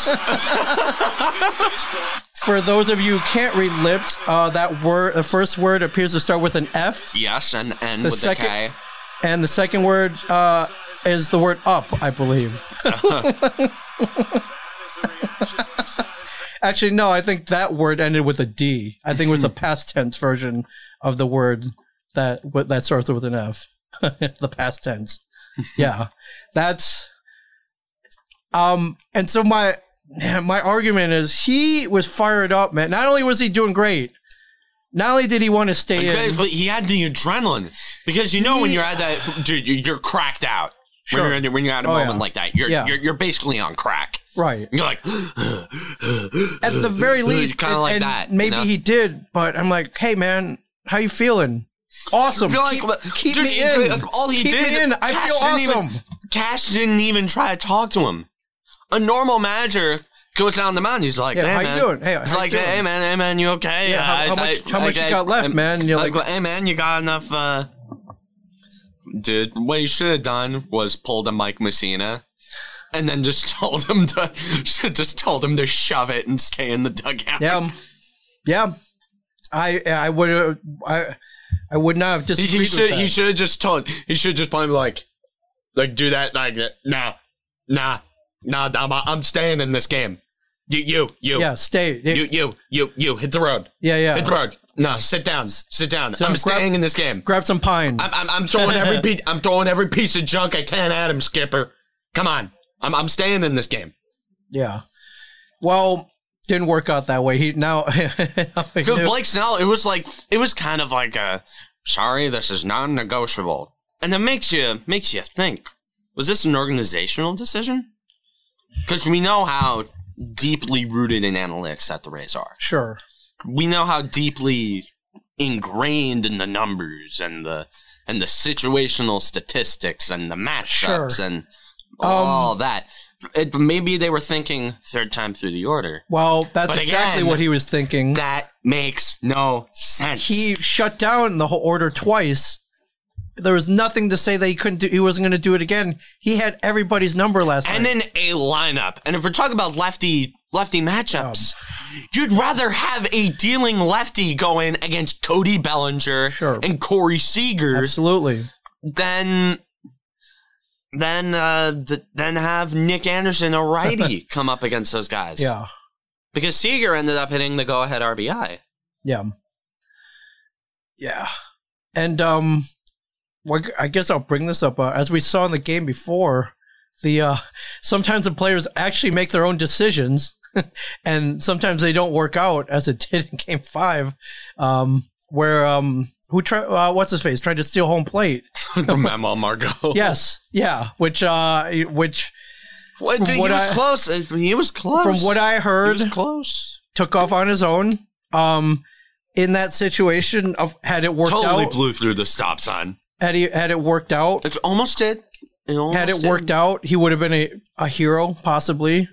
Speaker 4: is the reaction.
Speaker 2: For those of you who can't read lips, uh, that word, the first word appears to start with an F,
Speaker 1: Yes, and and
Speaker 2: The
Speaker 1: with
Speaker 2: second-
Speaker 1: the K.
Speaker 2: and the second word uh, is the word up, I believe. Actually, no, I think that word ended with a D. I think it was the past tense version of the word that what- that starts with an F. the past tense. Yeah, that's. Um, and so my my argument is he was fired up, man. Not only was he doing great, not only did he want to stay in.
Speaker 1: But he had the adrenaline because you know when you're at that, dude, you- you're cracked out.
Speaker 2: Sure.
Speaker 1: When you're when you're at a
Speaker 2: Oh,
Speaker 1: moment
Speaker 2: yeah.
Speaker 1: like that, you're,
Speaker 2: Yeah.
Speaker 1: you're you're basically on crack.
Speaker 2: Right.
Speaker 1: You're like,
Speaker 2: at the very least,
Speaker 1: kind
Speaker 2: and-
Speaker 1: of like
Speaker 2: and
Speaker 1: that. you
Speaker 2: Maybe
Speaker 1: know?
Speaker 2: he did, but I'm like, hey man, how you feeling? Awesome.
Speaker 1: You're
Speaker 2: keep
Speaker 1: like,
Speaker 2: keep
Speaker 1: dude,
Speaker 2: me
Speaker 1: he-
Speaker 2: in.
Speaker 1: All he
Speaker 2: keep
Speaker 1: did,
Speaker 2: me in. I
Speaker 1: Cash
Speaker 2: feel
Speaker 1: didn't even-
Speaker 2: awesome.
Speaker 1: Cash didn't even try to talk to him. A normal manager goes down the mound. He's like,
Speaker 2: Yeah,
Speaker 1: hey,
Speaker 2: how you
Speaker 1: man.
Speaker 2: doing? Hey,
Speaker 1: It's
Speaker 2: how you
Speaker 1: like,
Speaker 2: doing?
Speaker 1: hey man, hey man, you okay?
Speaker 2: Yeah, how-
Speaker 1: Uh,
Speaker 2: how
Speaker 1: I-
Speaker 2: much- how
Speaker 1: I-
Speaker 2: much you
Speaker 1: I-
Speaker 2: got left,
Speaker 1: I'm-
Speaker 2: man? You're
Speaker 1: like, hey man, you got enough. uh Dude, what you should have done was pulled a Mike Messina, and then just told him to just told him to shove it and stay in the dugout.
Speaker 2: Yeah. um, Yeah. I I would I I would not have
Speaker 1: he,
Speaker 2: disagreed
Speaker 1: he should
Speaker 2: with
Speaker 1: he
Speaker 2: that.
Speaker 1: should have just told he should just probably like like do that like that. nah nah nah I'm, I'm staying in this game. You you you
Speaker 2: yeah, stay.
Speaker 1: you you you you hit the road
Speaker 2: yeah,
Speaker 1: hit the
Speaker 2: yeah.
Speaker 1: road. No, sit down sit down.
Speaker 2: So
Speaker 1: I'm
Speaker 2: grab-
Speaker 1: staying in this game.
Speaker 2: Grab some pine.
Speaker 1: I'm, I'm, I'm throwing every piece. I'm throwing every piece of junk I can at him, Skipper. Come on, I'm, I'm staying in this game.
Speaker 2: yeah. Well, didn't work out that way. He now, he
Speaker 1: Dude,
Speaker 2: knew-
Speaker 1: Blake Snell, it was like it was kind of like a sorry, this is non-negotiable, and that makes you makes you think. Was this an organizational decision? Because we know how deeply rooted in analytics that the Rays are.
Speaker 2: sure.
Speaker 1: We know how deeply ingrained in the numbers and the and the situational statistics and the matchups
Speaker 2: Sure. Um,
Speaker 1: and all that. It, maybe they were thinking third time through the order.
Speaker 2: Well, that's
Speaker 1: But
Speaker 2: exactly
Speaker 1: again,
Speaker 2: what he was thinking.
Speaker 1: That makes no sense.
Speaker 2: he shut down the whole order twice. There was nothing to say that he couldn't do. He wasn't going to do it again. He had everybody's number last
Speaker 1: and
Speaker 2: night.
Speaker 1: in a lineup. And if we're talking about lefty lefty matchups,
Speaker 2: Um,
Speaker 1: you'd rather have a dealing lefty going against Cody Bellinger
Speaker 2: Sure.
Speaker 1: and Corey Seager
Speaker 2: Absolutely.
Speaker 1: than than uh, th- than have Nick Anderson a righty come up against those guys.
Speaker 2: Yeah.
Speaker 1: because Seager ended up hitting the go ahead RBI.
Speaker 2: Yeah. Yeah. And um, well, I guess I'll bring this up uh, as we saw in the game before. the uh, sometimes the players actually make their own decisions, and sometimes they don't work out as it did in Game Five, um, where um, who try uh, what's his face tried to steal home plate.
Speaker 5: Mama Margot.
Speaker 2: Yes, yeah, which uh, which
Speaker 1: Wait, dude, he
Speaker 2: what
Speaker 1: was
Speaker 2: I-
Speaker 1: close. Uh, He was close.
Speaker 2: from what I
Speaker 1: he
Speaker 2: heard
Speaker 1: was close.
Speaker 2: took off on his own. Um, in that situation of had it worked
Speaker 5: Totally
Speaker 2: out,
Speaker 5: blew through the stop sign.
Speaker 2: had he had it worked out,
Speaker 1: It's almost did. It almost
Speaker 2: had it
Speaker 1: did.
Speaker 2: worked out, he would have been a, a hero, possibly.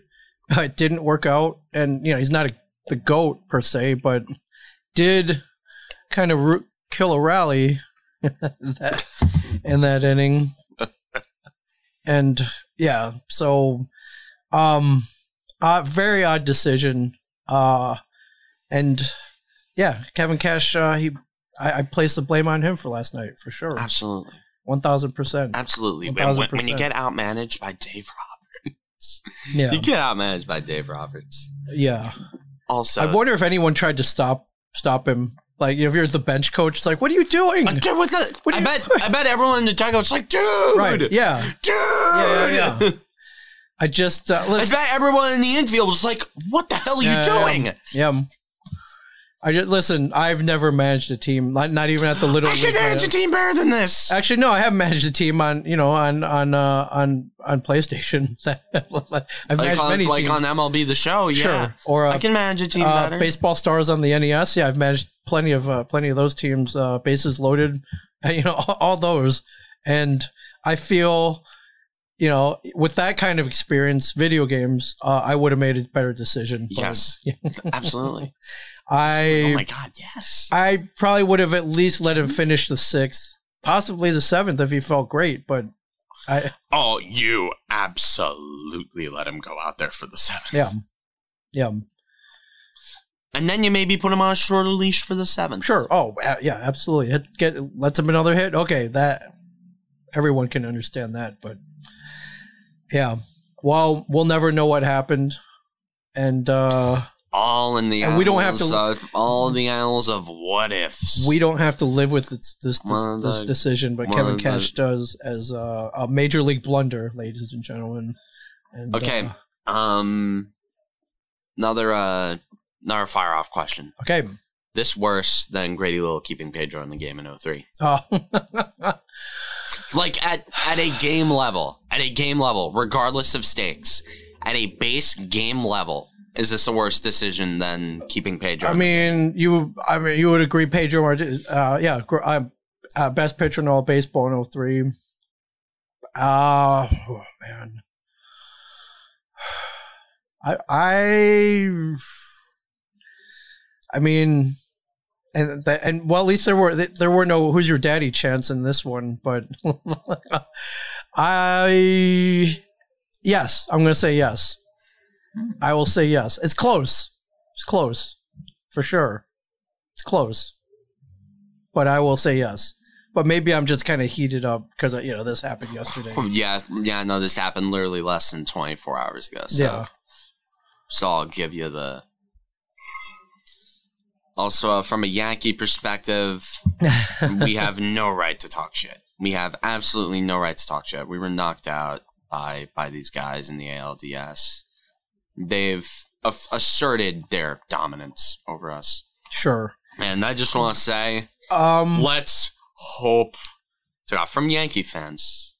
Speaker 2: Uh, It didn't work out, and you know he's not a, the goat per se, but did kind of ru- kill a rally in that, in that inning. And yeah, so um, uh, very odd decision. Uh, and yeah, Kevin Cash, uh, he I, I placed the blame on him for last night for sure,
Speaker 1: Absolutely.
Speaker 2: one thousand percent.
Speaker 1: Absolutely. When,
Speaker 2: 1000%.
Speaker 1: when- when you get outmanaged by Dave Roberts,
Speaker 2: Yeah,
Speaker 1: you get outmanaged by Dave Roberts.
Speaker 2: yeah.
Speaker 1: Also,
Speaker 2: I wonder if anyone tried to stop stop him. Like if you're the bench coach, it's like, what are you doing?
Speaker 1: Uh, dude, what the,
Speaker 2: What do
Speaker 1: I
Speaker 2: you-
Speaker 1: bet I bet everyone in the dugout's like, dude,
Speaker 2: Right?
Speaker 1: dude.
Speaker 2: Yeah. Yeah, yeah, yeah. I just uh,
Speaker 1: I
Speaker 2: listen.
Speaker 1: bet everyone in the infield was like, what the hell are
Speaker 2: Yeah,
Speaker 1: you
Speaker 2: yeah,
Speaker 1: doing?
Speaker 2: Yeah. I just listen. I've never managed a team, like, not even at the little.
Speaker 1: I
Speaker 2: league
Speaker 1: can manage a
Speaker 2: level.
Speaker 1: team better than this.
Speaker 2: Actually, no, I have managed a team on you know on on uh, on on PlayStation. I've
Speaker 1: Like,
Speaker 2: managed
Speaker 1: on,
Speaker 2: many
Speaker 1: like
Speaker 2: teams.
Speaker 1: on MLB the show,
Speaker 2: sure,
Speaker 1: yeah.
Speaker 2: or
Speaker 1: I
Speaker 2: uh,
Speaker 1: can manage a team
Speaker 2: uh,
Speaker 1: better.
Speaker 2: baseball stars on the NES. Yeah, I've managed plenty of uh, plenty of those teams, uh, bases loaded, uh, you know, all, all those. And I feel, you know, with that kind of experience, video games, uh, I would have made a better decision. But
Speaker 1: yes,
Speaker 2: Yeah.
Speaker 1: absolutely. Oh my
Speaker 2: I
Speaker 1: god, yes.
Speaker 2: I probably would have at least let him finish the sixth, possibly the seventh if he felt great. But I
Speaker 5: Oh, you absolutely let him go out there for the seventh.
Speaker 2: yeah yeah
Speaker 1: And then you maybe put him on a shorter leash for the seventh.
Speaker 2: sure oh a- yeah absolutely Hit, get lets him another hit okay that everyone can understand that but yeah well we'll never know what happened and uh
Speaker 1: All in the
Speaker 2: And we don't have
Speaker 1: annals of- all in the annals of what ifs.
Speaker 2: we don't have to live with this this,
Speaker 1: Well,
Speaker 2: this, this
Speaker 1: the-
Speaker 2: decision but
Speaker 1: well,
Speaker 2: kevin
Speaker 1: the-
Speaker 2: cash does as a, a major league blunder ladies and gentlemen and,
Speaker 1: Okay.
Speaker 2: uh,
Speaker 1: um another uh another fire off question.
Speaker 2: okay
Speaker 1: This worse than Grady Little keeping Pedro in the game in 03.
Speaker 2: uh,
Speaker 1: like at at a game level, at a game level, regardless of stakes, at a base game level, is this a worse decision than keeping Pedro?
Speaker 2: i mean you i mean you would agree pedro Martinez, uh yeah gr- i'm uh, best pitcher in all baseball in 03 uh, oh man i i i mean and that, and well at least there were there were no who's your daddy chants in this one but i yes i'm gonna say yes
Speaker 1: Hmm.
Speaker 2: i will say yes it's close it's close for sure it's close but i will say yes but maybe i'm just kind of heated up because you know this happened yesterday
Speaker 1: yeah, yeah, no, this happened literally less than twenty four hours ago. So,
Speaker 2: yeah
Speaker 1: so I'll give you the. Also, uh, from a Yankee perspective, we have no right to talk shit. We have absolutely no right to talk shit. We were knocked out by by these guys in the ALDS. They've aff- asserted their dominance over us.
Speaker 2: sure
Speaker 1: And I just want to say,
Speaker 2: um
Speaker 1: let's hope to God, from Yankee fans,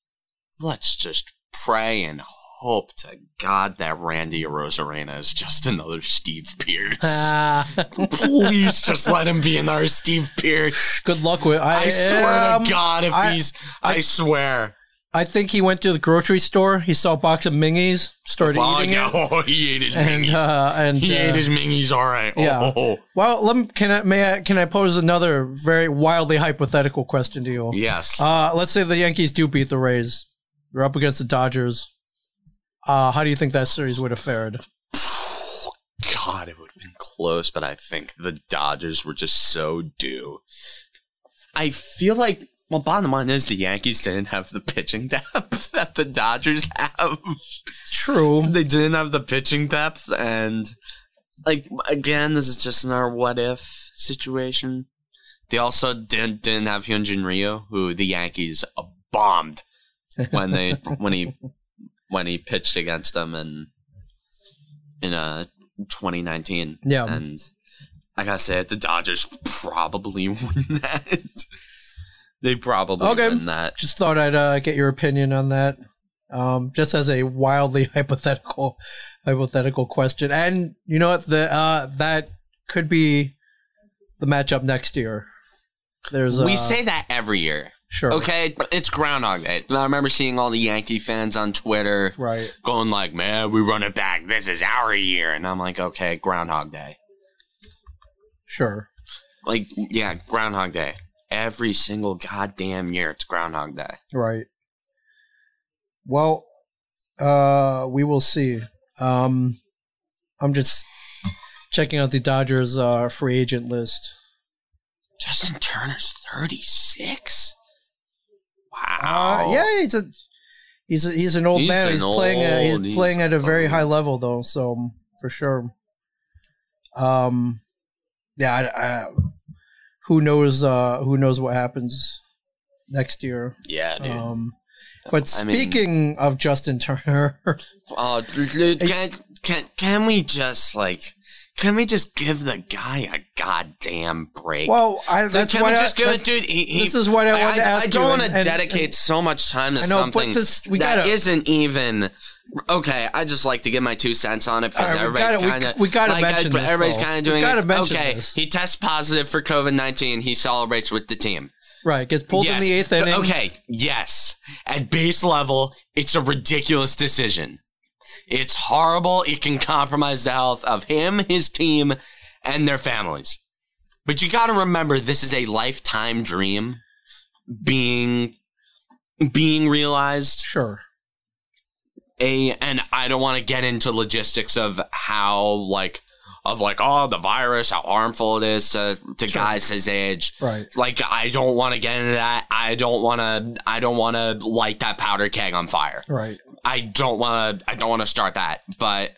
Speaker 1: let's just pray and hope to God that Randy Rosarena is just another Steve Pierce. Please just let him be another Steve Pierce.
Speaker 2: good luck with i,
Speaker 1: I, swear
Speaker 2: um,
Speaker 1: to God, if
Speaker 2: I-
Speaker 1: he's, I, swear.
Speaker 2: i think he went to the grocery store he saw a box of mingies started
Speaker 1: Oh,
Speaker 2: eating
Speaker 1: yeah,
Speaker 2: it
Speaker 1: oh, he ate his
Speaker 2: and
Speaker 1: mingies.
Speaker 2: uh and
Speaker 1: he ate
Speaker 2: uh,
Speaker 1: his mingies, all right. Oh,
Speaker 2: yeah.
Speaker 1: oh, oh.
Speaker 2: well let me can i may i can i pose another very wildly hypothetical question to you
Speaker 1: yes.
Speaker 2: Uh, let's say the Yankees do beat the Rays. They're up against the Dodgers. Uh, how do you think that series would have fared?
Speaker 1: God, it would have been close, but I think the Dodgers were just so due. I feel like, well, bottom line is the Yankees didn't have the pitching depth that the Dodgers have.
Speaker 2: True.
Speaker 1: They didn't have the pitching depth, and like again, this is just another what if situation. They also didn't didn't have Hyunjin Ryu, who the Yankees bombed when they when he
Speaker 3: when he pitched against them in in uh 2019.
Speaker 2: Yeah.
Speaker 3: and I gotta say it, the Dodgers probably win that. they probably
Speaker 2: Okay.
Speaker 3: win that.
Speaker 2: Just thought I'd uh, get your opinion on that. Um, just as a wildly hypothetical hypothetical question, and you know what? The uh, that could be the matchup next year. There's uh,
Speaker 3: we say that every year.
Speaker 2: sure
Speaker 3: Okay, it's Groundhog Day. I remember seeing all the Yankee fans on Twitter
Speaker 2: right
Speaker 3: going like, "Man, we run it back. This is our year." And I'm like, "Okay, Groundhog Day."
Speaker 2: sure
Speaker 3: Like, yeah, Groundhog Day. Every single goddamn year, it's Groundhog Day.
Speaker 2: right. Well, uh, we will see. Um, I'm just checking out the Dodgers uh, free agent list.
Speaker 3: Justin Turner's 36.
Speaker 2: Uh,
Speaker 3: Wow.
Speaker 2: yeah, he's a he's a, he's an old
Speaker 3: He's
Speaker 2: man.
Speaker 3: an
Speaker 2: He's playing a, he's,
Speaker 3: old- he's
Speaker 2: playing at a very
Speaker 3: old.
Speaker 2: high level though, so um, for sure. Um, yeah, I, I, who knows? Uh, who knows what happens next year?
Speaker 3: Yeah, dude.
Speaker 2: Um, but
Speaker 3: I mean-
Speaker 2: speaking of Justin Turner,
Speaker 3: Oh, dude, can, can, can we just, like, can we just give the guy a goddamn break?
Speaker 2: well, I, that's
Speaker 3: can
Speaker 2: why
Speaker 3: we just
Speaker 2: I,
Speaker 3: give
Speaker 2: that-
Speaker 3: it, dude? He, he,
Speaker 2: this is what I wanted
Speaker 3: I,
Speaker 2: to
Speaker 3: I
Speaker 2: ask you,
Speaker 3: don't want
Speaker 2: and-
Speaker 3: to
Speaker 2: and-
Speaker 3: dedicate so much time to
Speaker 2: I know,
Speaker 3: something
Speaker 2: but this we
Speaker 3: that
Speaker 2: gotta.
Speaker 3: not even okay. I just like to give my two cents on it because
Speaker 2: All right, we
Speaker 3: everybody's
Speaker 2: gotta- we-
Speaker 3: kind of
Speaker 2: we gotta
Speaker 3: like,
Speaker 2: mention this,
Speaker 3: everybody's
Speaker 2: though.
Speaker 3: kind
Speaker 2: We
Speaker 3: of doing
Speaker 2: gotta
Speaker 3: it.
Speaker 2: mention
Speaker 3: Okay,
Speaker 2: this.
Speaker 3: he tests positive for COVID nineteen. He celebrates with the team.
Speaker 2: Right, gets pulled in
Speaker 3: Yes.
Speaker 2: the eighth
Speaker 3: So-
Speaker 2: inning.
Speaker 3: Okay, yes. At base level, it's a ridiculous decision. It's horrible. It can compromise the health of him, his team, and their families. But you got to remember, this is a lifetime dream being being realized
Speaker 2: Sure.
Speaker 3: a and I don't want to get into logistics of how like of like oh the virus how harmful it is to, to
Speaker 2: Sure.
Speaker 3: guys his age
Speaker 2: Right.
Speaker 3: like I don't want to get into that I don't want to I don't want to light that powder keg on fire
Speaker 2: Right.
Speaker 3: I don't want to I don't want to start that but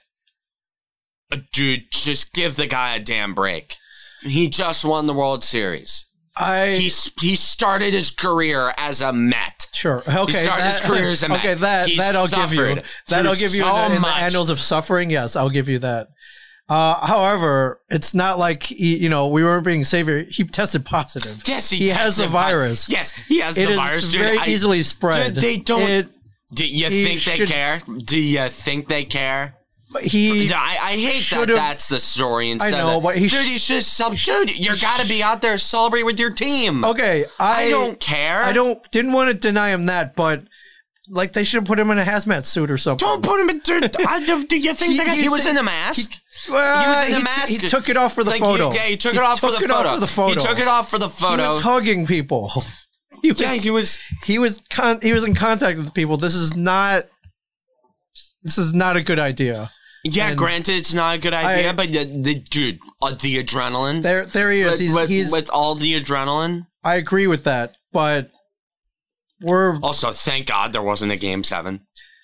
Speaker 3: uh, dude just give the guy a damn break he just won the World Series
Speaker 2: I
Speaker 3: he s- he started his career as a Met
Speaker 2: Sure. Okay.
Speaker 3: started his career as a Met.
Speaker 2: okay. That
Speaker 3: He
Speaker 2: that I'll give you.
Speaker 3: suffered
Speaker 2: That I'll
Speaker 3: through
Speaker 2: give you
Speaker 3: so
Speaker 2: in, the, in the
Speaker 3: much.
Speaker 2: annals of suffering. Yes, I'll give you that. Uh, however, it's not like he, you know we weren't being savior. He tested positive.
Speaker 3: yes he,
Speaker 2: He has
Speaker 3: tested
Speaker 2: the
Speaker 3: po-
Speaker 2: virus.
Speaker 3: yes he has
Speaker 2: It
Speaker 3: the
Speaker 2: is
Speaker 3: virus dude
Speaker 2: very
Speaker 3: I-
Speaker 2: easily spread.
Speaker 3: Dude, they don't-
Speaker 2: It,
Speaker 3: Do you
Speaker 2: He
Speaker 3: think they
Speaker 2: should-
Speaker 3: care? Do you think they care?
Speaker 2: he
Speaker 3: D- I, I hate that
Speaker 2: should've-
Speaker 3: that's the story instead
Speaker 2: know,
Speaker 3: of
Speaker 2: but he
Speaker 3: dude,
Speaker 2: sh-
Speaker 3: you should sub dude, you gotta be out there celebrate with your team.
Speaker 2: okay. Oh, I,
Speaker 3: I, don't care.
Speaker 2: I don't didn't want to deny him that, but like they should have put him in a hazmat suit or something.
Speaker 3: don't put him in dude, I don't- do you think
Speaker 2: He-
Speaker 3: they got, he
Speaker 2: he's
Speaker 3: was
Speaker 2: the-
Speaker 3: in a mask?
Speaker 2: Well,
Speaker 3: he was in uh, the
Speaker 2: t-
Speaker 3: mask.
Speaker 2: he took it off for the
Speaker 3: Like, you-
Speaker 2: photo.
Speaker 3: yeah, he took it off for the
Speaker 2: took it off
Speaker 3: photo.
Speaker 2: for the photo.
Speaker 3: He took it off for the
Speaker 2: He
Speaker 3: photo.
Speaker 2: was hugging people. He was,
Speaker 3: yeah, he was
Speaker 2: he was con- he was in contact with people. This is not this is not a good idea.
Speaker 3: Yeah,
Speaker 2: And-
Speaker 3: granted it's not a good idea,
Speaker 2: I-
Speaker 3: but the, the dude, uh, the adrenaline.
Speaker 2: There there he is.
Speaker 3: with,
Speaker 2: He's,
Speaker 3: with,
Speaker 2: he's
Speaker 3: with all the adrenaline.
Speaker 2: I agree with that, but we're
Speaker 3: Also, thank God there wasn't a game seven.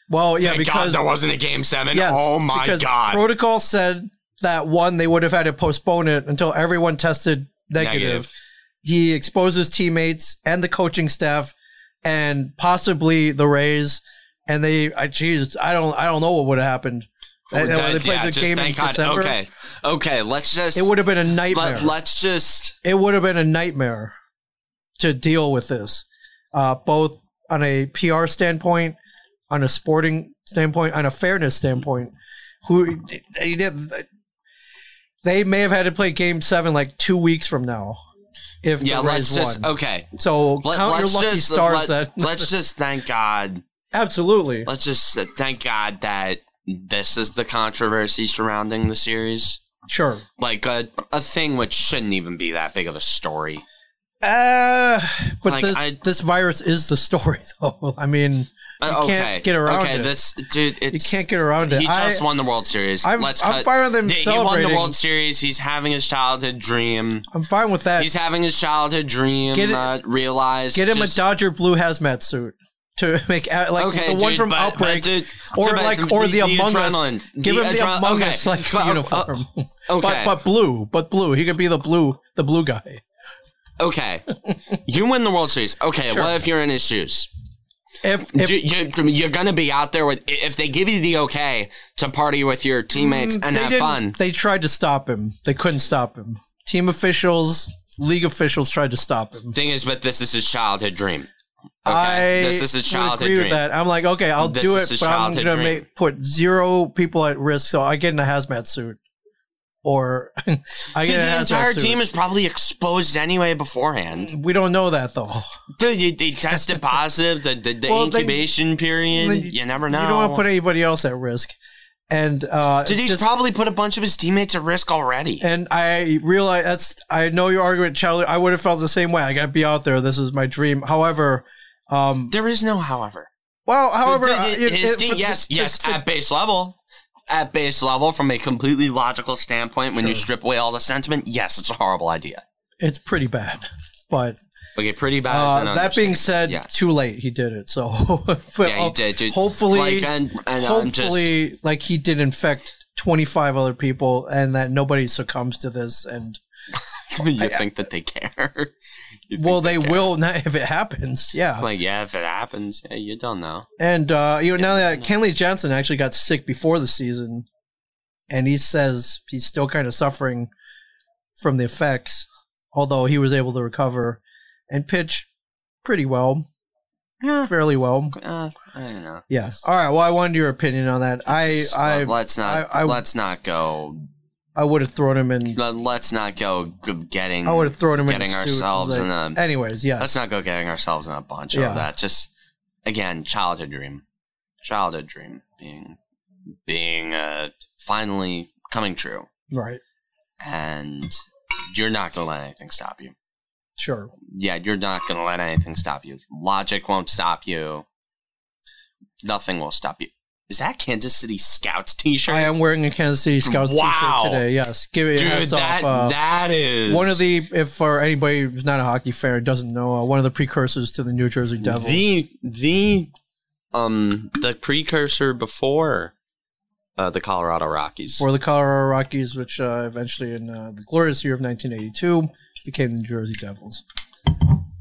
Speaker 2: well, yeah,
Speaker 3: Thank
Speaker 2: because
Speaker 3: God there wasn't a game seven.
Speaker 2: yes,
Speaker 3: oh my
Speaker 2: because
Speaker 3: God.
Speaker 2: Protocol said that one they would have had to postpone it until everyone tested negative.
Speaker 3: Negative.
Speaker 2: He exposes teammates and the coaching staff and possibly the Rays and they I jeez, I don't I don't know what would have happened. And- and when they played the
Speaker 3: Oh, just
Speaker 2: game in
Speaker 3: thank God.
Speaker 2: December,
Speaker 3: Okay, okay. Let's just
Speaker 2: It would have been a nightmare.
Speaker 3: let, let's just
Speaker 2: it would have been a nightmare to deal with this, uh, both on a PR standpoint, on a sporting standpoint, on a fairness standpoint. Who they, they- they may have had to play Game Seven like two weeks from now, if
Speaker 3: yeah.
Speaker 2: the
Speaker 3: Let's
Speaker 2: Rays
Speaker 3: just
Speaker 2: won.
Speaker 3: okay.
Speaker 2: so
Speaker 3: Let,
Speaker 2: count your
Speaker 3: let's
Speaker 2: lucky
Speaker 3: just
Speaker 2: stars.
Speaker 3: let,
Speaker 2: that
Speaker 3: us just thank God.
Speaker 2: absolutely
Speaker 3: Let's just thank God that this is the controversy surrounding the series.
Speaker 2: sure.
Speaker 3: Like a, a thing which shouldn't even be that big of a story.
Speaker 2: Uh, but
Speaker 3: Like,
Speaker 2: this
Speaker 3: I-
Speaker 2: this virus is the story, though. I mean,
Speaker 3: Uh,
Speaker 2: You
Speaker 3: okay,
Speaker 2: can't get around
Speaker 3: okay.
Speaker 2: it.
Speaker 3: This dude, it's,
Speaker 2: you can't get around it.
Speaker 3: He
Speaker 2: I-
Speaker 3: just won the World Series.
Speaker 2: I'm,
Speaker 3: let's
Speaker 2: I'm
Speaker 3: cut.
Speaker 2: fine with them
Speaker 3: He won
Speaker 2: celebrating.
Speaker 3: the World Series. He's having his childhood dream.
Speaker 2: I'm fine with that.
Speaker 3: He's having his childhood dream
Speaker 2: Get it-
Speaker 3: uh, realized.
Speaker 2: Get him
Speaker 3: just-
Speaker 2: a Dodger blue hazmat suit to make out like the one
Speaker 3: dude,
Speaker 2: from
Speaker 3: but- but
Speaker 2: Outbreak.
Speaker 3: dude-
Speaker 2: or
Speaker 3: but
Speaker 2: like, or the, Among
Speaker 3: adrenaline,
Speaker 2: Us. Give him the
Speaker 3: adre-
Speaker 2: Among
Speaker 3: okay,
Speaker 2: Us like
Speaker 3: but, uh,
Speaker 2: uniform,
Speaker 3: uh, okay,
Speaker 2: but but blue, but blue. He could be the blue, the blue guy.
Speaker 3: okay. you win the World Series. Okay,
Speaker 2: Sure.
Speaker 3: what if you're in his shoes?
Speaker 2: If, if
Speaker 1: you, you, you're gonna be out there with if they give you the okay to party with your teammates and
Speaker 2: they
Speaker 1: have
Speaker 2: didn't-
Speaker 1: fun.
Speaker 2: They tried to stop him. They couldn't stop him. Team officials, league officials tried to stop him.
Speaker 1: Thing is, but this is his childhood dream.
Speaker 2: I
Speaker 1: Okay, this is
Speaker 2: would
Speaker 1: his childhood
Speaker 2: agree
Speaker 1: dream.
Speaker 2: with that. I'm like, okay, I'll
Speaker 1: This
Speaker 2: do
Speaker 1: is
Speaker 2: it,
Speaker 1: his
Speaker 2: but I'm
Speaker 1: childhood
Speaker 2: gonna
Speaker 1: dream.
Speaker 2: make, put zero people at risk. So I get in a hazmat suit, or I
Speaker 1: The,
Speaker 2: get in a
Speaker 1: the
Speaker 2: hazmat
Speaker 1: entire
Speaker 2: suit.
Speaker 1: team is probably exposed anyway beforehand.
Speaker 2: we don't know that though.
Speaker 1: Dude, you- they tested positive. The the, the
Speaker 2: Well, they-
Speaker 1: incubation period.
Speaker 2: Then
Speaker 1: you never know.
Speaker 2: You don't want to put anybody else at risk. And uh,
Speaker 1: Dude, he's
Speaker 2: just-
Speaker 1: probably put a bunch of his teammates at risk already.
Speaker 2: And I realize that's I know your argument, Charlie. I would have felt the same way. I got to be out there. This is my dream. However, um,
Speaker 1: There is no, however.
Speaker 2: well, however,
Speaker 1: Th-
Speaker 2: uh,
Speaker 1: th-
Speaker 2: it-
Speaker 1: his
Speaker 2: it-
Speaker 1: team-
Speaker 2: for-
Speaker 1: yes,
Speaker 2: for-
Speaker 1: yes,
Speaker 2: for-
Speaker 1: at base level, at base level, from a completely logical standpoint, when you
Speaker 2: Sure.
Speaker 1: strip away all the sentiment, yes, it's a horrible idea.
Speaker 2: it's pretty bad. But
Speaker 1: Okay, pretty bad. as an
Speaker 2: uh, that being said,
Speaker 1: Yes.
Speaker 2: too late. He did it. So, but,
Speaker 1: yeah,
Speaker 2: uh,
Speaker 1: you did, dude.
Speaker 2: hopefully,
Speaker 1: like, and, and I'm just,
Speaker 2: hopefully, like he did infect twenty five other people, and that nobody succumbs to this. And
Speaker 1: you think that they care? You think
Speaker 2: well, they
Speaker 1: care?
Speaker 2: will not if it happens. Yeah.
Speaker 1: Like, yeah, if it happens, yeah, you don't know.
Speaker 2: And uh, you know, now that
Speaker 1: no.
Speaker 2: Kenley Johnson actually got sick before the season, and he says he's still kind of suffering from the effects, although he was able to recover and pitch pretty well,
Speaker 1: Yeah.
Speaker 2: fairly well.
Speaker 1: Uh, I don't know.
Speaker 2: Yeah. All right. Well, I wanted your opinion on that. I
Speaker 1: Just,
Speaker 2: I
Speaker 1: let's not
Speaker 2: I- I-
Speaker 1: let's not go
Speaker 2: I would have thrown him in.
Speaker 1: let, let's not go g- getting
Speaker 2: I would have thrown him in. a
Speaker 1: getting
Speaker 2: suit.
Speaker 1: ourselves in a-
Speaker 2: Anyways, yeah.
Speaker 1: let's not go getting ourselves in a bunch
Speaker 2: Yeah.
Speaker 1: of that just again childhood dream childhood dream being being uh finally coming true
Speaker 2: Right.
Speaker 1: and you're not gonna let anything stop you
Speaker 2: Sure.
Speaker 1: yeah you're not gonna let anything stop you logic won't stop you nothing will stop you is that kansas city scouts t-shirt
Speaker 2: I am wearing a Kansas City Scouts
Speaker 1: Wow.
Speaker 2: t-shirt today. Yes. Give it.
Speaker 1: dude
Speaker 2: hats
Speaker 1: that
Speaker 2: off, uh,
Speaker 1: that is
Speaker 2: one of the if for anybody who's not a hockey fan and doesn't know uh, one of the precursors to the new jersey devils
Speaker 1: the the um the precursor before uh, the colorado rockies
Speaker 2: for the colorado rockies which uh, eventually in uh, the glorious year of 1982 became the new jersey devils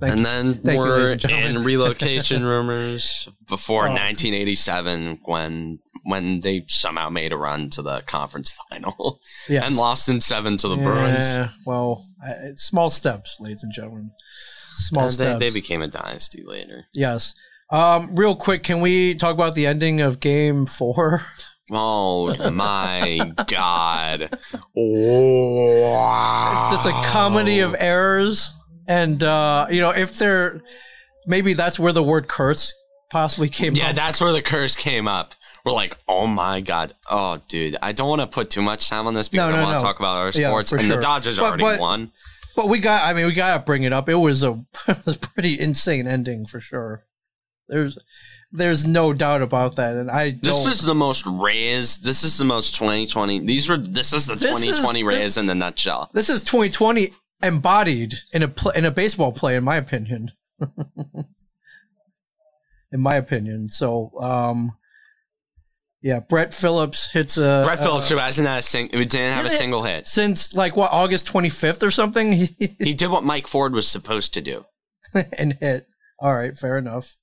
Speaker 2: Thank
Speaker 1: and then
Speaker 2: Thank you, ladies
Speaker 1: we're
Speaker 2: and gentlemen.
Speaker 1: in relocation rumors before
Speaker 2: Oh.
Speaker 1: 1987 when when they somehow made a run to the conference final
Speaker 2: yes.
Speaker 1: and lost in seven to the Bruins.
Speaker 2: Yeah, well I- it's small steps ladies and gentlemen small
Speaker 1: And
Speaker 2: steps
Speaker 1: they, they became a dynasty later.
Speaker 2: yes um, real quick can we talk about the ending of game four
Speaker 1: Oh my god! Wow.
Speaker 2: it's a comedy
Speaker 1: Oh.
Speaker 2: of errors and uh you know if they're maybe that's where the word curse possibly came
Speaker 1: Yeah,
Speaker 2: up.
Speaker 1: that's where the curse came up. We're like, oh my god, oh dude, I don't want to put too much time on this because
Speaker 2: No,
Speaker 1: I
Speaker 2: no,
Speaker 1: want to
Speaker 2: no.
Speaker 1: talk about other
Speaker 2: Yeah,
Speaker 1: sports,
Speaker 2: for
Speaker 1: and
Speaker 2: sure.
Speaker 1: the Dodgers
Speaker 2: But-
Speaker 1: already
Speaker 2: but-
Speaker 1: won.
Speaker 2: but we got i mean we gotta bring it up it was a, it was a pretty insane ending for sure there's there's no doubt about that and i
Speaker 1: This
Speaker 2: don't
Speaker 1: is the most Rays. This is the most 2020. These were. This is the
Speaker 2: This is
Speaker 1: 2020
Speaker 2: the-
Speaker 1: Rays in the nutshell.
Speaker 2: this is 2020 embodied in a pl- in a baseball play in my opinion in my opinion so um yeah brett phillips hits a
Speaker 1: Brett
Speaker 2: a-
Speaker 1: Phillips who hasn't had a sing, who didn't have a
Speaker 2: Really?
Speaker 1: single hit.
Speaker 2: since like what August 25th or something
Speaker 1: He did what Mike Ford was supposed to do.
Speaker 2: and hit. All right, fair enough.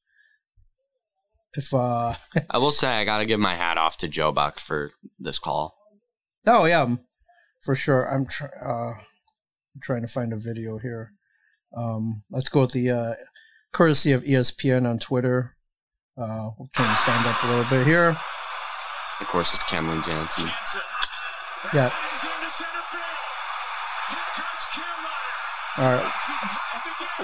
Speaker 2: If uh
Speaker 1: I will say I got to give my hat off to Joe Buck for this call.
Speaker 2: oh yeah, um, for sure. I'm tr- uh I'm trying to find a video here. Um let's go with the uh courtesy of E ESPN on Twitter. Uh we'll turn the sound up a little bit here.
Speaker 1: Of course, it's Kenley Jansen.
Speaker 2: Yeah. All right.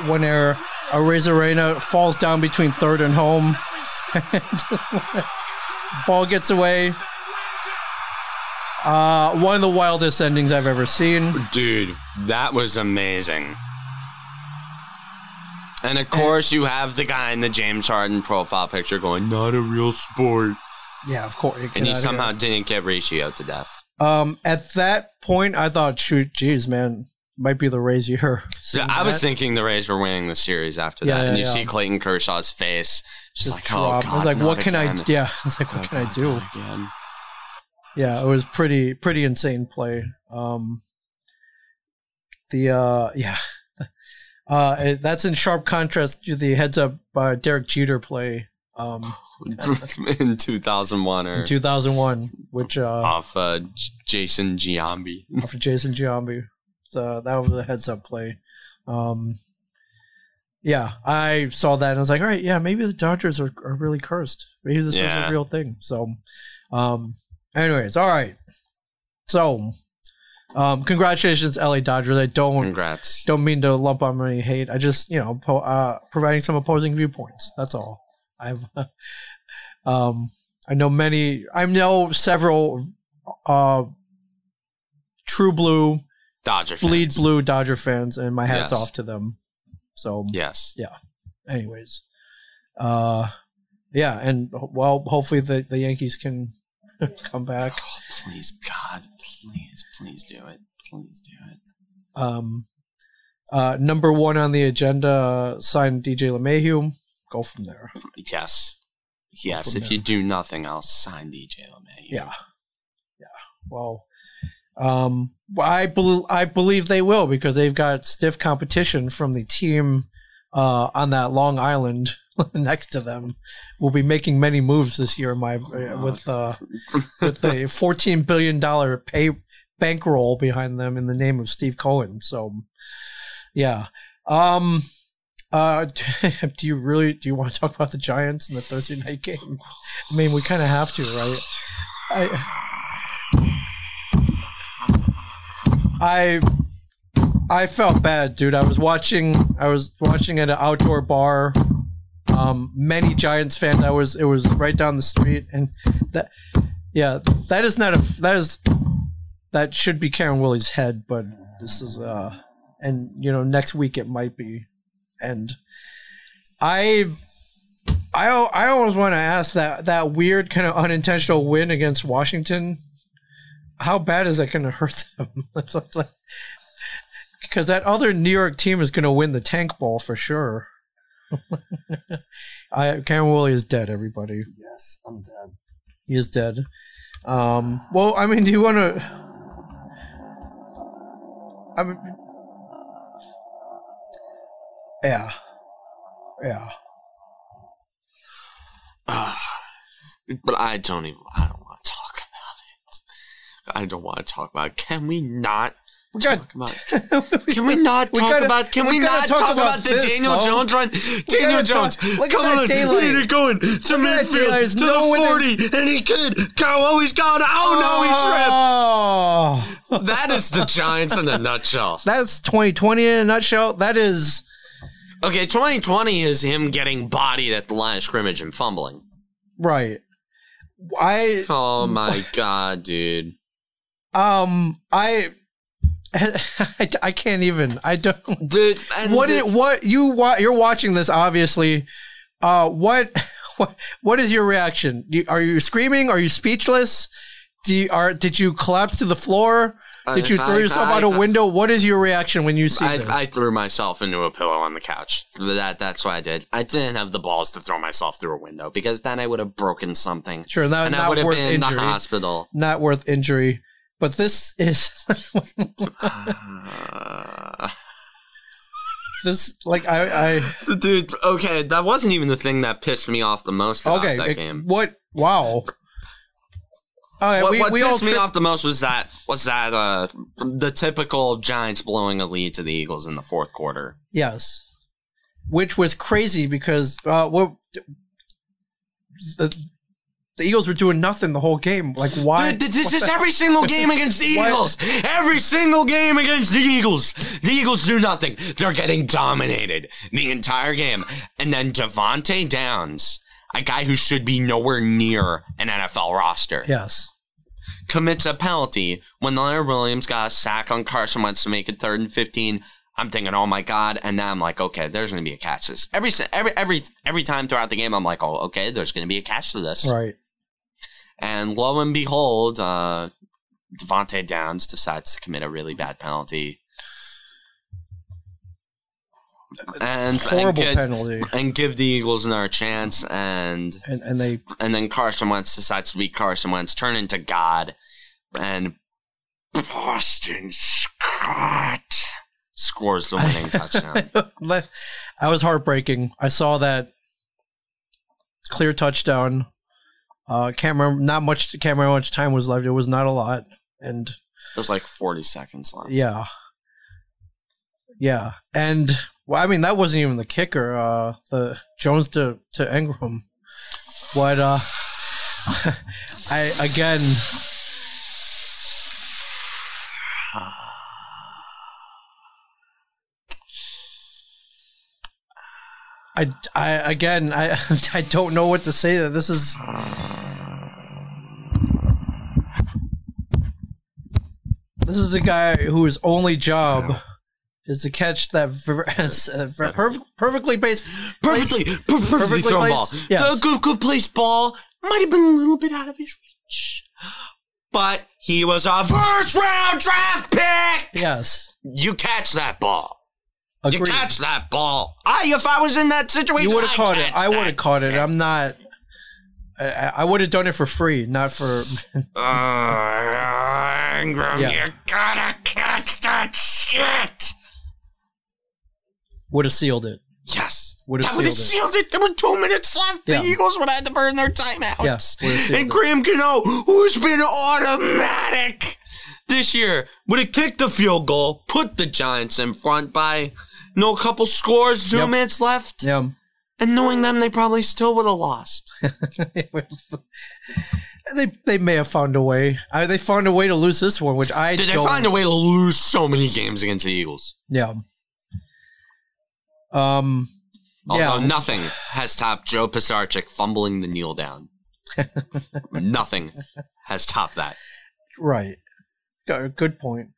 Speaker 2: One error. Areza Reina falls down between third and home. Ball gets away. Uh, one of the wildest endings I've ever seen.
Speaker 1: Dude, that was amazing. And of course, you have the guy in the James Harden profile picture going, not a real sport.
Speaker 2: Yeah, of course.
Speaker 1: And he somehow didn't get ratio to death.
Speaker 2: Um, at that point, I thought, shoot, geez, man, might be the Rays year.
Speaker 1: So I was thinking the Rays were winning the series after
Speaker 2: Yeah,
Speaker 1: that.
Speaker 2: yeah,
Speaker 1: and you
Speaker 2: yeah.
Speaker 1: see Clayton Kershaw's face. Just, like, oh, God.
Speaker 2: I was like,
Speaker 1: not
Speaker 2: what can I?
Speaker 1: again.
Speaker 2: Yeah, I was like,
Speaker 1: Oh,
Speaker 2: what can I
Speaker 1: God,
Speaker 2: do?
Speaker 1: not again.
Speaker 2: yeah, it was pretty pretty insane play. Um, the uh, yeah, uh, it, that's in sharp contrast to the heads up uh, Derek Jeter play um,
Speaker 1: in 2001 or
Speaker 2: in 2001, which uh,
Speaker 1: off uh, J- Jason Giambi.
Speaker 2: for Jason Giambi. So that was the heads up play. Um, yeah, I saw that and I was like, all right, yeah, maybe the Dodgers are, are really cursed. Maybe this is
Speaker 1: Yeah.
Speaker 2: a real thing. So, um, anyways, all right. So, um, congratulations, LA Dodgers. I don't
Speaker 1: Congrats.
Speaker 2: don't mean to lump on any hate. I just you know po- uh, providing some opposing viewpoints. That's all. I've um, I know many. I know several uh, true blue,
Speaker 1: Dodger fans.
Speaker 2: bleed blue Dodger fans, and my hats
Speaker 1: Yes.
Speaker 2: off to them. So,
Speaker 1: Yes.
Speaker 2: anyways, uh, yeah, and well, hopefully the the Yankees can come back.
Speaker 1: Oh, please, God, please, please do it. Please do it.
Speaker 2: Um, uh, number one on the agenda, uh, sign DJ LeMahieu. Go from there.
Speaker 1: Yes. Yes.
Speaker 2: From
Speaker 1: If you do nothing else, sign DJ LeMay.
Speaker 2: Yeah. Yeah. Well, um, well, I bel I believe they will because they've got stiff competition from the team uh, on that Long Island next to them. Will be making many moves this year. My uh, with uh, with the fourteen billion dollar pay bankroll behind them in the name of Steve Cohen. So, yeah. Um, uh, do you really do you want to talk about the Giants in the Thursday night game? I mean, we kind of have to, right? I, I, I felt bad, dude. I was watching. I was watching at an outdoor bar. Um, many Giants fan. I was. It was right down the street, and that. Yeah, that is not a. That is. That should be Karen Willie's head, but this is uh, and you know next week it might be, and I I al- I always want to ask that that weird kind of unintentional win against Washington. How bad is that going to hurt them? Because that other New York team is going to win the tank ball for sure. I Cameron Woolley is dead. Everybody,
Speaker 6: Yes, I'm dead.
Speaker 2: he is dead. Um, well, I mean, do you want to? I mean, yeah, yeah.
Speaker 1: But I don't even. I don't want to talk about it. I don't want to talk about. It. Can we not
Speaker 2: We got
Speaker 1: talk about? Can we not
Speaker 2: We
Speaker 1: talk
Speaker 2: gotta-
Speaker 1: about? Can
Speaker 2: we
Speaker 1: we,
Speaker 2: gotta
Speaker 1: not
Speaker 2: talk
Speaker 1: talk,
Speaker 2: about
Speaker 1: about, the
Speaker 2: this,
Speaker 1: Daniel
Speaker 2: though.
Speaker 1: Jones run? Daniel
Speaker 2: gotta
Speaker 1: Jones,
Speaker 2: talk- look at
Speaker 1: come
Speaker 2: that
Speaker 1: on,
Speaker 2: daylight.
Speaker 1: he's going to
Speaker 2: that daylight. There's
Speaker 1: midfield to
Speaker 2: no way
Speaker 1: the
Speaker 2: they-
Speaker 1: forty, and he could go. Oh, he's gone.
Speaker 2: Ah.
Speaker 1: Oh
Speaker 2: Oh,
Speaker 1: no, he tripped. That is the Giants in a nutshell.
Speaker 2: that's 2020 in a nutshell. That is,
Speaker 1: Okay, 2020 is him getting bodied at the line of scrimmage and fumbling.
Speaker 2: right. I,
Speaker 1: Oh my god, dude.
Speaker 2: um, I, I, I can't even, I don't,
Speaker 1: Dude, and
Speaker 2: what,
Speaker 1: the-
Speaker 2: it, what, you, wa- you're watching this, obviously. Uh, what, what, what is your reaction? You, are you screaming? Are you speechless? Do you, are, did you collapse to the floor?
Speaker 1: Uh,
Speaker 2: Did
Speaker 1: I-
Speaker 2: you throw
Speaker 1: I-
Speaker 2: yourself out
Speaker 1: I-
Speaker 2: a window? What is your reaction when you see
Speaker 1: I,
Speaker 2: this?
Speaker 1: I threw myself into a pillow on the couch. That that's what I did. I didn't have the balls to throw myself through a window because then I would have broken something,
Speaker 2: sure, not,
Speaker 1: and I
Speaker 2: not
Speaker 1: would have
Speaker 2: worth
Speaker 1: been in the
Speaker 2: injury.
Speaker 1: hospital.
Speaker 2: not worth injury. But this is
Speaker 1: Uh,
Speaker 2: this like I, I
Speaker 1: dude, okay, that wasn't even the thing that pissed me off the most about
Speaker 2: okay.
Speaker 1: that
Speaker 2: it-
Speaker 1: game.
Speaker 2: What? Wow. All right,
Speaker 1: what
Speaker 2: we,
Speaker 1: what
Speaker 2: we all
Speaker 1: pissed me
Speaker 2: tri-
Speaker 1: off the most was that was that uh the typical Giants blowing a lead to the Eagles in the fourth quarter.
Speaker 2: yes, which was crazy because uh, what the, the Eagles were doing nothing the whole game. Like why?
Speaker 1: Dude, th- this is every single game against the
Speaker 2: Why-
Speaker 1: Eagles. Every single game against the Eagles. The Eagles do nothing. They're getting dominated the entire game. And then Devontae Downs, a guy who should be nowhere near an NFL roster,
Speaker 2: yes, commit.
Speaker 1: commits a penalty when Leonard Williams got a sack on Carson Wentz to make it third and 15. I'm thinking, oh my god, and now I'm like, okay, there's gonna be a catch. to This every si- every every every time throughout the game, I'm like, oh, okay, there's gonna be a catch to this.
Speaker 2: Right.
Speaker 1: And lo and behold, uh, Devontae Downs decides to commit a really bad penalty. And, and,
Speaker 2: Horrible
Speaker 1: give,
Speaker 2: penalty,
Speaker 1: and give the Eagles another chance. And,
Speaker 2: and and they
Speaker 1: and then Carson Wentz decides to be Carson Wentz, turn into God. And Boston Scott scores the winning touchdown.
Speaker 2: Le- I was heartbreaking. I saw that. clear touchdown. Uh, can't remember. Not much. Can't remember how much time was left. It was not a lot, and
Speaker 3: There's like 40 seconds left.
Speaker 2: yeah, yeah, and well, I mean that wasn't even the kicker. Uh, the Jones to to Ingram. What? Uh, I again. I, I again I I don't know what to say that this is This is a guy whose only job is to catch that ver- ver- perf- perfectly placed
Speaker 3: Perfectly, per- perfectly,
Speaker 2: Perfectly
Speaker 3: thrown
Speaker 2: placed,
Speaker 3: ball.
Speaker 2: yes.
Speaker 3: The good, good place ball might have been a little bit out of his reach, but he was a first round draft pick.
Speaker 2: Yes.
Speaker 3: You catch that ball. You
Speaker 2: Agreed.
Speaker 3: catch that ball. I, if I was in that situation,
Speaker 2: You would have
Speaker 3: I'd
Speaker 2: caught
Speaker 3: catch
Speaker 2: it. I would
Speaker 3: that.
Speaker 2: have caught it. I'm not. I, I would have done it for free, not for.
Speaker 3: Uh, Ingram,
Speaker 2: Yeah.
Speaker 3: you gotta catch that shit.
Speaker 2: Would have sealed it.
Speaker 3: Yes.
Speaker 2: Would have
Speaker 3: That would have
Speaker 2: sealed
Speaker 3: sealed it. There were two minutes left.
Speaker 2: Yeah.
Speaker 3: The Eagles would have had to burn their timeouts.
Speaker 2: Yes, would've sealed
Speaker 3: and
Speaker 2: it.
Speaker 3: Graham Gano, who's been automatic this year, would have kicked the field goal, put the Giants in front by no couple scores, two
Speaker 2: Yep.
Speaker 3: minutes left.
Speaker 2: it. Yeah.
Speaker 3: And knowing them, they probably still would have lost.
Speaker 2: they they may have found a way. I, they found a way to lose this one, which I
Speaker 3: Did they
Speaker 2: don't.
Speaker 3: find a way to lose so many games against the Eagles?
Speaker 2: yeah. Um. Yeah.
Speaker 3: Although nothing has topped Joe Pisarcik fumbling the kneel down. nothing has topped that.
Speaker 2: Right. Go- Good point.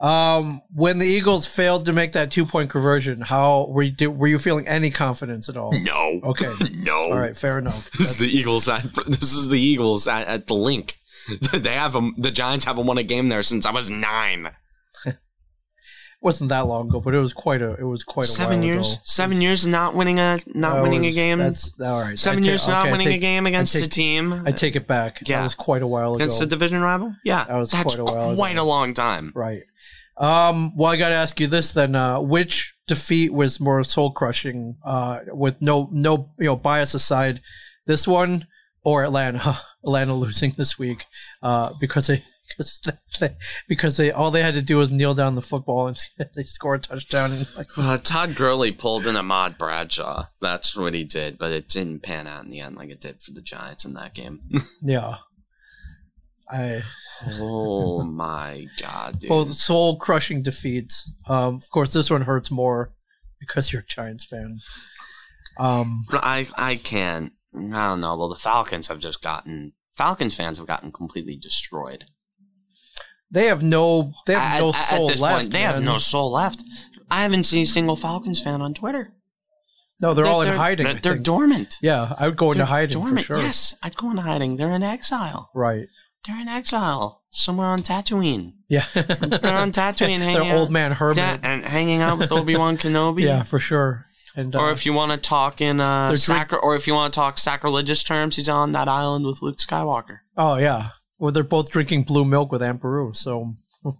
Speaker 2: Um, when the Eagles failed to make that two point conversion, how were you? Did, were you feeling any confidence at all?
Speaker 3: No.
Speaker 2: Okay.
Speaker 3: No.
Speaker 2: All right. Fair enough.
Speaker 3: This is the Eagles. At, this is the Eagles at, at the link. They have them. The Giants haven't won a game there since I was nine.
Speaker 2: wasn't that long ago, but it was quite a. It was quite a
Speaker 3: Seven
Speaker 2: while
Speaker 3: years.
Speaker 2: ago.
Speaker 3: Seven years not winning a not
Speaker 2: Oh. That
Speaker 3: winning a
Speaker 2: was-
Speaker 3: game.
Speaker 2: That's all right.
Speaker 3: Seven
Speaker 2: I ta-
Speaker 3: years
Speaker 2: okay,
Speaker 3: not
Speaker 2: I
Speaker 3: winning a
Speaker 2: take-
Speaker 3: game against
Speaker 2: I
Speaker 3: a
Speaker 2: take,
Speaker 3: team
Speaker 2: I take it back.
Speaker 3: Yeah.
Speaker 2: That was quite a while ago.
Speaker 3: against a division rival. Yeah,
Speaker 2: That was
Speaker 3: that's
Speaker 2: quite a while ago.
Speaker 3: quite a long time.
Speaker 2: right. Um, well, I got to ask you this then: uh, which defeat was more soul crushing? Uh, with no no you know bias aside, this one or Atlanta? Atlanta losing this week uh, because they. Because they, because they all they had to do was kneel down the football and they score a touchdown. And like,
Speaker 3: Uh, Todd Gurley pulled an Ahmad Bradshaw. That's what he did, but it didn't pan out in the end like it did for the Giants in that game.
Speaker 2: yeah, I
Speaker 3: oh my god, dude!
Speaker 2: both soul crushing defeats. Um, of course, this one hurts more because you're a Giants fan. Um,
Speaker 3: I I can't. I don't know. Well, the Falcons have just gotten Falcons fans have gotten completely destroyed.
Speaker 2: they have no, they have
Speaker 3: At-
Speaker 2: no
Speaker 3: at- at
Speaker 2: soul
Speaker 3: this
Speaker 2: left.
Speaker 3: point, they have
Speaker 2: man.
Speaker 3: no soul left. I haven't seen a single Falcons fan on Twitter.
Speaker 2: No, they're, all in hiding.
Speaker 3: They're,
Speaker 2: I
Speaker 3: they're
Speaker 2: think.
Speaker 3: dormant.
Speaker 2: yeah, I would go into
Speaker 3: They're
Speaker 2: hiding
Speaker 3: dormant.
Speaker 2: for sure.
Speaker 3: Yes, I'd go into hiding. They're in exile.
Speaker 2: Right.
Speaker 3: They're in exile somewhere on Tatooine.
Speaker 2: Yeah.
Speaker 3: They're on Tatooine hanging
Speaker 2: they're
Speaker 3: out.
Speaker 2: old man Herman.
Speaker 3: Yeah,
Speaker 2: Yeah,
Speaker 3: and hanging out with Obi Wan Kenobi.
Speaker 2: for sure. And uh,
Speaker 3: Or if you want to talk in uh,
Speaker 2: They're drink-
Speaker 3: sacri- or if you want to talk sacrilegious terms, he's on that island with Luke Skywalker.
Speaker 2: oh yeah, well they're both drinking blue milk with Aunt Peru, so.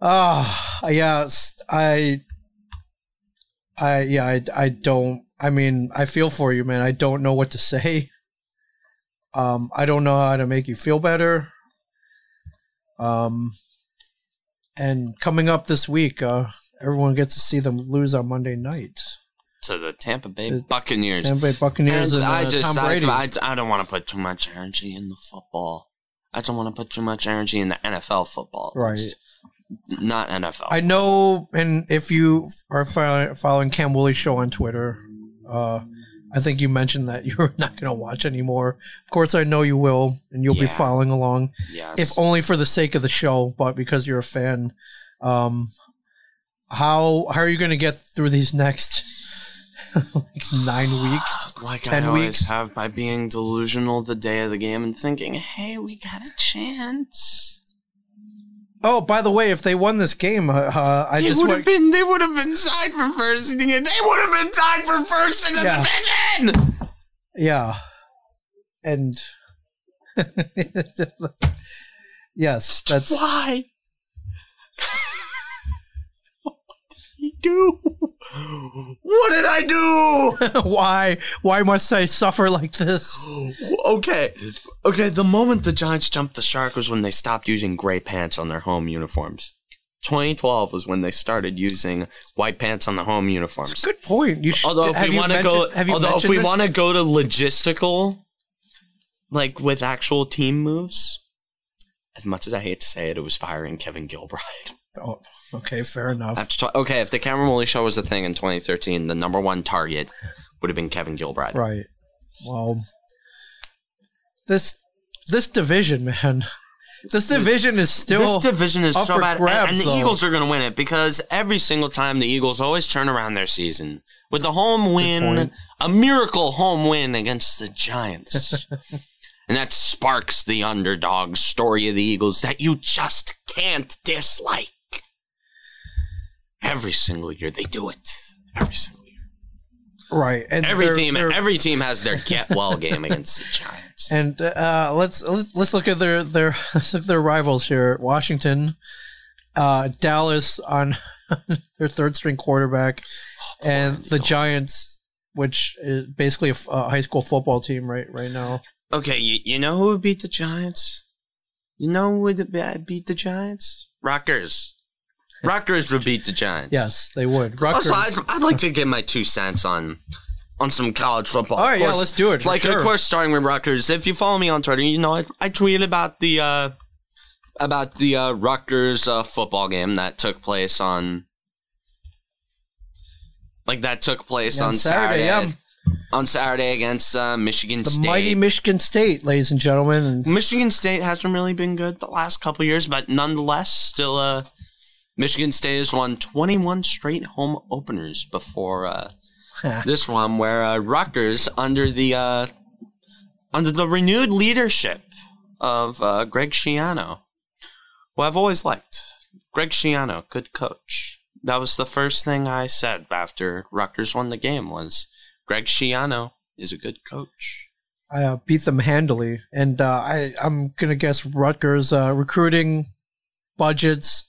Speaker 2: Ah, yeah, s- I I yeah, I, I don't. I mean, I feel for you, man. I don't know what to say. Um, I don't know how to make you feel better. Um, and coming up this week, uh, everyone gets to see them lose on Monday night.
Speaker 3: to the Tampa Bay
Speaker 2: The
Speaker 3: Buccaneers.
Speaker 2: Tampa Bay Buccaneers and,
Speaker 3: And
Speaker 2: uh,
Speaker 3: I just,
Speaker 2: Tom Brady.
Speaker 3: I, I, I don't want to put too much energy in the football. I don't want to put too much energy in the NFL football. at
Speaker 2: Right.
Speaker 3: least. Not NFL.
Speaker 2: I know, and if you are fo- following Cam Woolley's show on Twitter, uh, I think you mentioned that you're not going to watch anymore. Of course, I know you will, and you'll be
Speaker 3: Yeah.
Speaker 2: following along,
Speaker 3: yes.
Speaker 2: if only for the sake of the show, but because you're a fan. Um, how how are you going to get through these next like nine weeks?
Speaker 3: like
Speaker 2: 10
Speaker 3: I always
Speaker 2: weeks.
Speaker 3: have by being delusional the day of the game and thinking, hey, we got a chance.
Speaker 2: Oh, by the way, if they won this game, uh, uh, I
Speaker 3: they
Speaker 2: just
Speaker 3: would
Speaker 2: went,
Speaker 3: have been they would have been tied for first in the They would have been tied for first in the
Speaker 2: Yeah.
Speaker 3: division.
Speaker 2: Yeah. And yes, that's
Speaker 3: Why? what did he do?
Speaker 1: What did I do?
Speaker 2: why? Why must I suffer like this?
Speaker 1: okay. Okay, the moment the Giants jumped the shark was when they stopped using gray pants on their home uniforms. 2012 was when they started using white pants on the home uniforms.
Speaker 2: Good point. You should.
Speaker 1: Although if
Speaker 2: have
Speaker 1: we
Speaker 2: you
Speaker 1: want to go,
Speaker 2: mentioned- have you
Speaker 1: although if
Speaker 2: mentioned
Speaker 1: we
Speaker 2: this?
Speaker 1: want to go to logistical, like with actual team moves, as much as I hate to say it, it was firing Kevin Gilbride.
Speaker 2: Oh, okay, fair enough.
Speaker 1: After tw- okay, if the Cameron Woolley show was a thing in 2013, the number one target would have been Kevin Gilbride.
Speaker 2: Right. Well, this this division, man. This division is still.
Speaker 1: This division is
Speaker 2: up
Speaker 1: so
Speaker 2: for
Speaker 1: bad, and-
Speaker 2: grabs,
Speaker 1: and, the
Speaker 2: though.
Speaker 1: Eagles are going to win it because every single time the Eagles always turn around their season with the home win,
Speaker 2: point.
Speaker 1: a miracle home win against the Giants, and that sparks the underdog story of the Eagles that you just can't dislike. Every single year they do it. Every single year.
Speaker 2: right. And
Speaker 1: Every
Speaker 2: they're-
Speaker 1: team.
Speaker 2: they're-
Speaker 1: Every team has their get well game against the Giants.
Speaker 2: And uh, let's, let's let's look at their their let's look at their rivals here: Washington, uh, Dallas on their third string quarterback,
Speaker 1: Oh,
Speaker 2: and the Giants, which is basically a, f- a high school football team right right now.
Speaker 1: Okay, you, you know who beat the Giants? You know who would be- uh, beat the Giants? Rutgers. Rutgers would beat the Giants.
Speaker 2: Yes, they would. Rutgers.
Speaker 1: Also, I'd, I'd like to get my two cents on on some college football.
Speaker 2: All right,
Speaker 1: Of
Speaker 2: yeah,
Speaker 1: course-
Speaker 2: let's do it.
Speaker 1: Like,
Speaker 2: sure.
Speaker 1: of course, starting with Rutgers. If you follow me on Twitter, you know I, I tweeted about the uh, about the uh, Rutgers uh, football game that took place on like that took place
Speaker 2: Yeah, on
Speaker 1: on
Speaker 2: Saturday,
Speaker 1: Saturday.
Speaker 2: yeah.
Speaker 1: On Saturday against uh, Michigan
Speaker 2: the
Speaker 1: State.
Speaker 2: mighty Michigan State, ladies and gentlemen. And
Speaker 1: Michigan State hasn't really been good the last couple years, but nonetheless, still, uh, Michigan State has won 21 straight home openers before uh, this one, where uh, Rutgers, under the uh, under the renewed leadership of uh, Greg Schiano, who I've always liked, Greg Schiano, good coach. That was the first thing I said after Rutgers won the game was Greg Schiano is a good coach.
Speaker 2: I uh, beat them handily, and uh, I I'm gonna guess Rutgers uh, recruiting budgets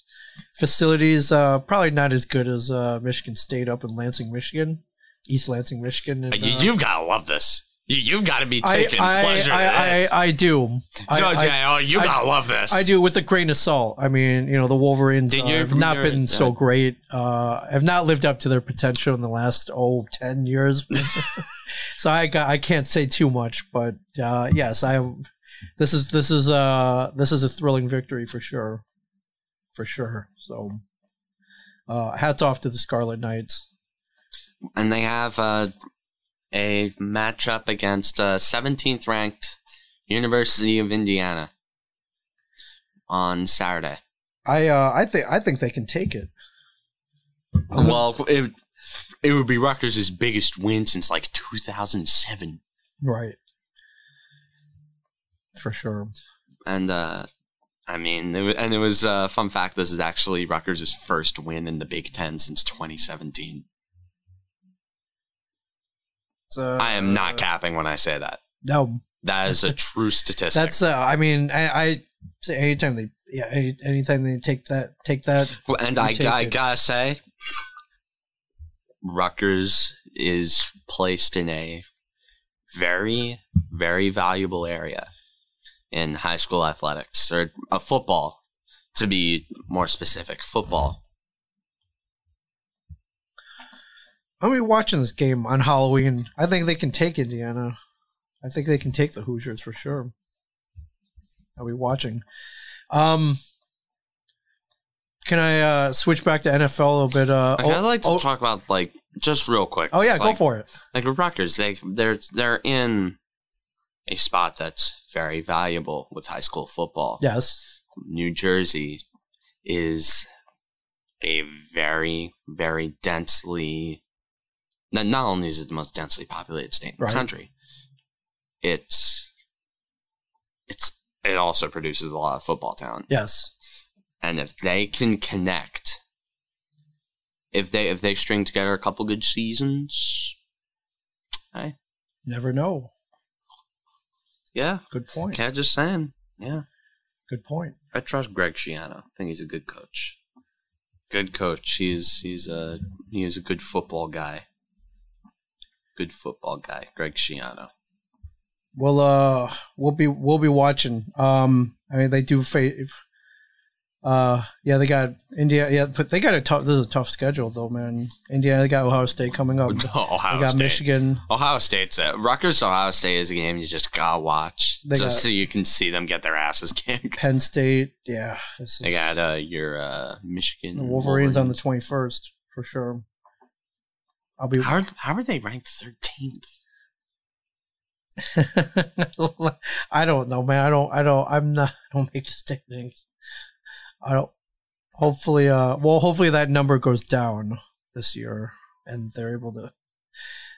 Speaker 2: facilities uh, probably not as good as uh, Michigan State up in Lansing, Michigan, East Lansing, Michigan. And,
Speaker 1: But you,
Speaker 2: uh,
Speaker 1: you've got to love this. You, you've got to be
Speaker 2: I,
Speaker 1: taking
Speaker 2: I,
Speaker 1: pleasure in
Speaker 2: I,
Speaker 1: this.
Speaker 2: I, I do. I,
Speaker 1: Joe,
Speaker 2: I-
Speaker 1: Jay, oh, you
Speaker 2: I-
Speaker 1: got to love this.
Speaker 2: I do with a grain of salt. I mean, you know, the Wolverines
Speaker 1: Did
Speaker 2: uh,
Speaker 1: you
Speaker 2: have
Speaker 1: from
Speaker 2: not
Speaker 1: your-
Speaker 2: been so
Speaker 1: uh,
Speaker 2: great. Uh, have not lived up to their potential in the last oh 10 years. so I got, I can't say too much, but uh, yes, I am. This is this is uh this is a thrilling victory for sure, for sure. So, uh, hats off to the Scarlet Knights.
Speaker 1: And they have uh, a matchup against uh, 17th ranked University of Indiana on Saturday.
Speaker 2: I uh, I think I think they can take it. I'm-
Speaker 1: Well, it, it would be Rutgers' biggest win since like 2007.
Speaker 2: Right. For sure.
Speaker 1: And, uh, I mean, it wa- and it was a uh, fun fact. This is actually Rutgers' first win in the Big Ten since 2017.
Speaker 2: So,
Speaker 1: I am
Speaker 2: Uh.
Speaker 1: not capping when I say that.
Speaker 2: No,
Speaker 1: That is a true statistic.
Speaker 2: That's uh, I mean, I, I say anytime they yeah, any, anytime they take that take that
Speaker 1: Well, and
Speaker 2: You
Speaker 1: I,
Speaker 2: take
Speaker 1: I
Speaker 2: it.
Speaker 1: gotta say, Rutgers is placed in a very, very valuable area in high school athletics or uh, football, to be more specific, football.
Speaker 2: I'll be watching this game on Halloween. I think they can take Indiana. I think they can take the Hoosiers for sure. I'll be watching. Um can I uh, switch back to NFL a little bit? Uh,
Speaker 1: Like, I'd like to
Speaker 2: oh,
Speaker 1: talk about like just real quick.
Speaker 2: oh, yeah,
Speaker 1: just
Speaker 2: go
Speaker 1: like,
Speaker 2: for it.
Speaker 1: like with Rutgers, they they're they're in a spot that's very valuable with high school football.
Speaker 2: Yes,
Speaker 1: New Jersey is a very, very densely. Not, not only is it the most densely populated state in
Speaker 2: Right.
Speaker 1: the country, it's it's it also produces a lot of football talent.
Speaker 2: yes,
Speaker 1: And if they can connect, if they if they string together a couple good seasons,
Speaker 2: never know.
Speaker 1: yeah,
Speaker 2: Good point.
Speaker 1: okay, just saying, yeah,
Speaker 2: Good point.
Speaker 1: I trust Greg Schiano. I think he's a good coach. good coach. He's he's a he is a good football guy. Good football guy, Greg Schiano.
Speaker 2: We'll uh we'll be we'll be watching. Um, I mean they do fa- uh yeah they got India yeah but they got a tough this is a tough schedule though man. Indiana they got Ohio State coming up. They
Speaker 1: Ohio
Speaker 2: got
Speaker 1: State.
Speaker 2: Michigan.
Speaker 1: Ohio State's a Rutgers. Ohio State is a game you just gotta watch,
Speaker 2: They
Speaker 1: just
Speaker 2: got-
Speaker 1: so you can see them get their asses kicked.
Speaker 2: Penn State. Yeah, this is,
Speaker 1: They got uh, your uh, Michigan
Speaker 2: the Wolverines on the twenty first for sure. I'll be.
Speaker 1: How are, how are they ranked thirteenth?
Speaker 2: I don't know, man. I don't. I don't. I'm not. I don't make the standings. I don't. Hopefully, uh, well, hopefully that number goes down this year, and they're able to.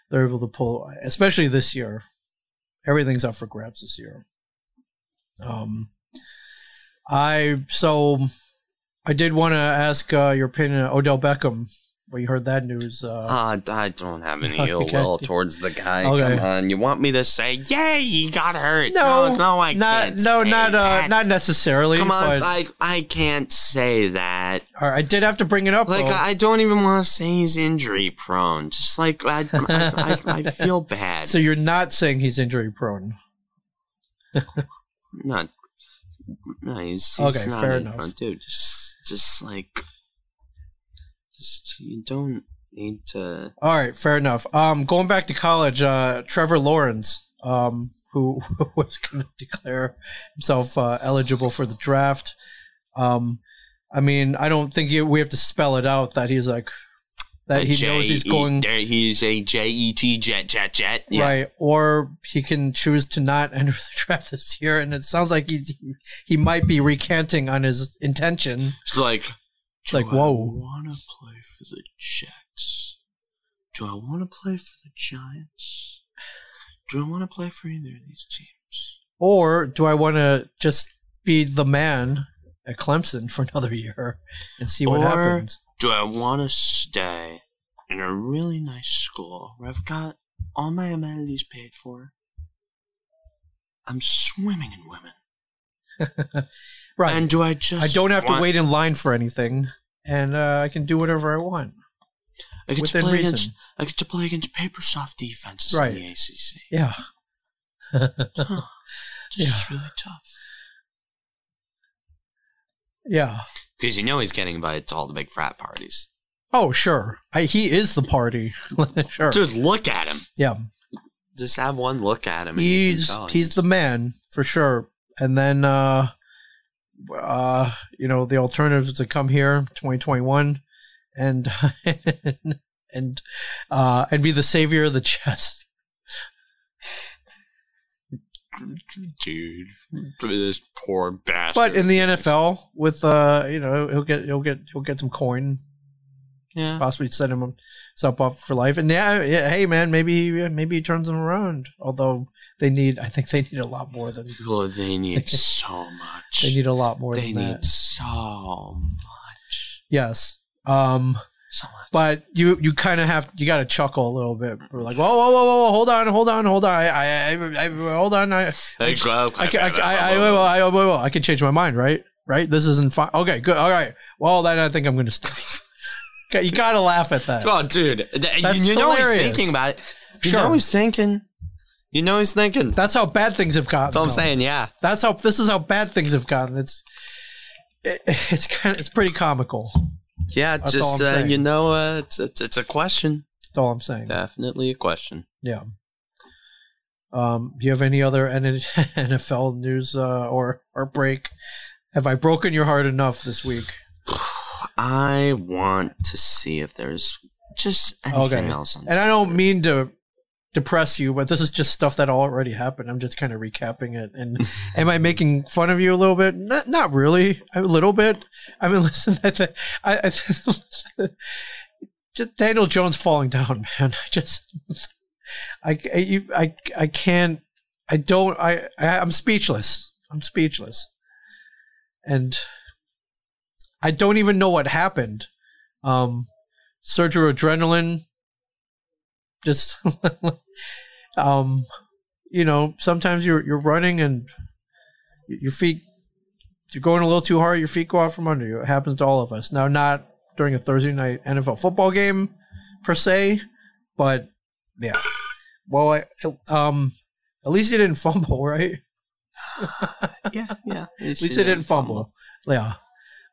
Speaker 2: They're able to pull, especially this year. Everything's up for grabs this year. Um, I so I did want to ask uh, your opinion on Odell Beckham. We heard that news. Uh,
Speaker 1: Uh, I don't have any
Speaker 2: Okay.
Speaker 1: ill will towards the guy.
Speaker 2: Okay.
Speaker 1: Come on, you want me to say, "Yay, he got hurt"?
Speaker 2: No,
Speaker 1: no, Oh, I
Speaker 2: not
Speaker 1: can't.
Speaker 2: no,
Speaker 1: say
Speaker 2: not uh,
Speaker 1: that.
Speaker 2: not necessarily.
Speaker 1: Come on,
Speaker 2: but-
Speaker 1: I I can't say that.
Speaker 2: All right, I did have to bring it up.
Speaker 1: Like
Speaker 2: though.
Speaker 1: I don't even want to say he's injury prone. Just like I I, I, I feel bad.
Speaker 2: so you're not saying he's injury prone.
Speaker 1: not no, he's, he's
Speaker 2: Okay,
Speaker 1: not
Speaker 2: fair
Speaker 1: in
Speaker 2: enough.
Speaker 1: front, dude. Just just like just you don't need to
Speaker 2: All right, fair enough. Um, going back to college, uh, Trevor Lawrence, um, who was going to declare himself uh, eligible for the draft. Um, I mean, I don't think you, we have to spell it out that he's like
Speaker 1: a
Speaker 2: that Uh, he knows he's
Speaker 1: J E-
Speaker 2: going
Speaker 1: there he's a J E T jet jet jet. Yeah.
Speaker 2: Right, or he can choose to not enter the draft this year, and it sounds like he he might be recanting on his intention.
Speaker 1: It's like
Speaker 2: It's like,
Speaker 1: I
Speaker 2: whoa,
Speaker 1: wanna play for the Jets? Do I wanna play for the Giants? Do I wanna play for either of these teams?
Speaker 2: Or do I want to just be the man at Clemson for another year and see what
Speaker 1: Or-
Speaker 2: happens?
Speaker 1: Do I want to stay in a really nice school where I've got all my amenities paid for? I'm swimming in women.
Speaker 2: Right.
Speaker 1: And do I just.
Speaker 2: I don't have to
Speaker 1: want-
Speaker 2: wait in line for anything, and uh, I can do whatever I want
Speaker 1: I get to
Speaker 2: within
Speaker 1: play
Speaker 2: reason.
Speaker 1: against. I get to play against paper soft defenses
Speaker 2: Right.
Speaker 1: in the ACC.
Speaker 2: Yeah.
Speaker 1: Huh. This is really tough.
Speaker 2: Yeah.
Speaker 1: Because you know he's getting invited to all the big frat parties.
Speaker 2: Oh, sure. I, he is the party. sure.
Speaker 1: Dude, look at him.
Speaker 2: Yeah.
Speaker 1: Just have one look at him. and you can
Speaker 2: he's
Speaker 1: tell
Speaker 2: he's the man for sure. And then uh uh you know the alternative is to come here 2021 and and uh and be the savior of the Jets.
Speaker 1: dude. This poor bastard.
Speaker 2: But in the NFL with uh you know he'll get he'll get he'll get some coin
Speaker 1: yeah.
Speaker 2: possibly set him himself up for life. And yeah, yeah hey man, maybe maybe he turns them around. Although they need I think they need a lot more than
Speaker 1: Well, Oh, they need so much.
Speaker 2: they need a lot more
Speaker 1: They
Speaker 2: than
Speaker 1: need
Speaker 2: that.
Speaker 1: so much.
Speaker 2: Yes. Um
Speaker 1: So much.
Speaker 2: but you you kind of have you got to chuckle a little bit. We're like, whoa, whoa, whoa, whoa, whoa, hold on, hold on, hold on, I, I, I, I hold on, I, I, can, I, can- I, I, whoa, I, whoa, whoa, I can change my mind, right? Right? This isn't fine. Okay, good. All right. Well, then I think I'm going to stay. Okay, you got to laugh at that.
Speaker 1: Oh, dude. th-
Speaker 2: That's
Speaker 1: you know he's
Speaker 2: hilarious.
Speaker 1: thinking about it. You
Speaker 2: Sure.
Speaker 1: know he's thinking. You know he's thinking. That's
Speaker 2: That's how bad things have
Speaker 1: what
Speaker 2: gotten.
Speaker 1: I'm
Speaker 2: though.
Speaker 1: saying. Yeah.
Speaker 2: That's how this is how bad things have gotten. It's it, it's kind of it's pretty comical.
Speaker 1: Yeah.
Speaker 2: That's all
Speaker 1: just
Speaker 2: I'm
Speaker 1: uh,
Speaker 2: saying.
Speaker 1: you know, uh, it's, it's it's a question.
Speaker 2: That's all I'm saying.
Speaker 1: Definitely a question.
Speaker 2: Yeah. Um, do you have any other N- NFL news uh, or or break? Have I broken your heart enough this week?
Speaker 1: I want to see if there's just anything
Speaker 2: Okay.
Speaker 1: else. On
Speaker 2: And I don't mean to depress you, but this is just stuff that already happened. I'm just kind of recapping it. And am I making fun of you a little bit? Not, not really. A little bit. I mean, listen, I, th- I, I just Daniel Jones falling down, man. I just, I, I, you- I, I can't. I don't. I, I, I'm speechless. I'm speechless. And I don't even know what happened. Um, Sergio Adrenaline just um you know sometimes you're you're running and y- your feet you're going a little too hard your feet go out from under you it happens to all of us now not during a Thursday night NFL football game per se, but yeah. Well, I, um, at least he didn't fumble, right?
Speaker 1: yeah, yeah. At
Speaker 2: At least he didn't fumble. Yeah.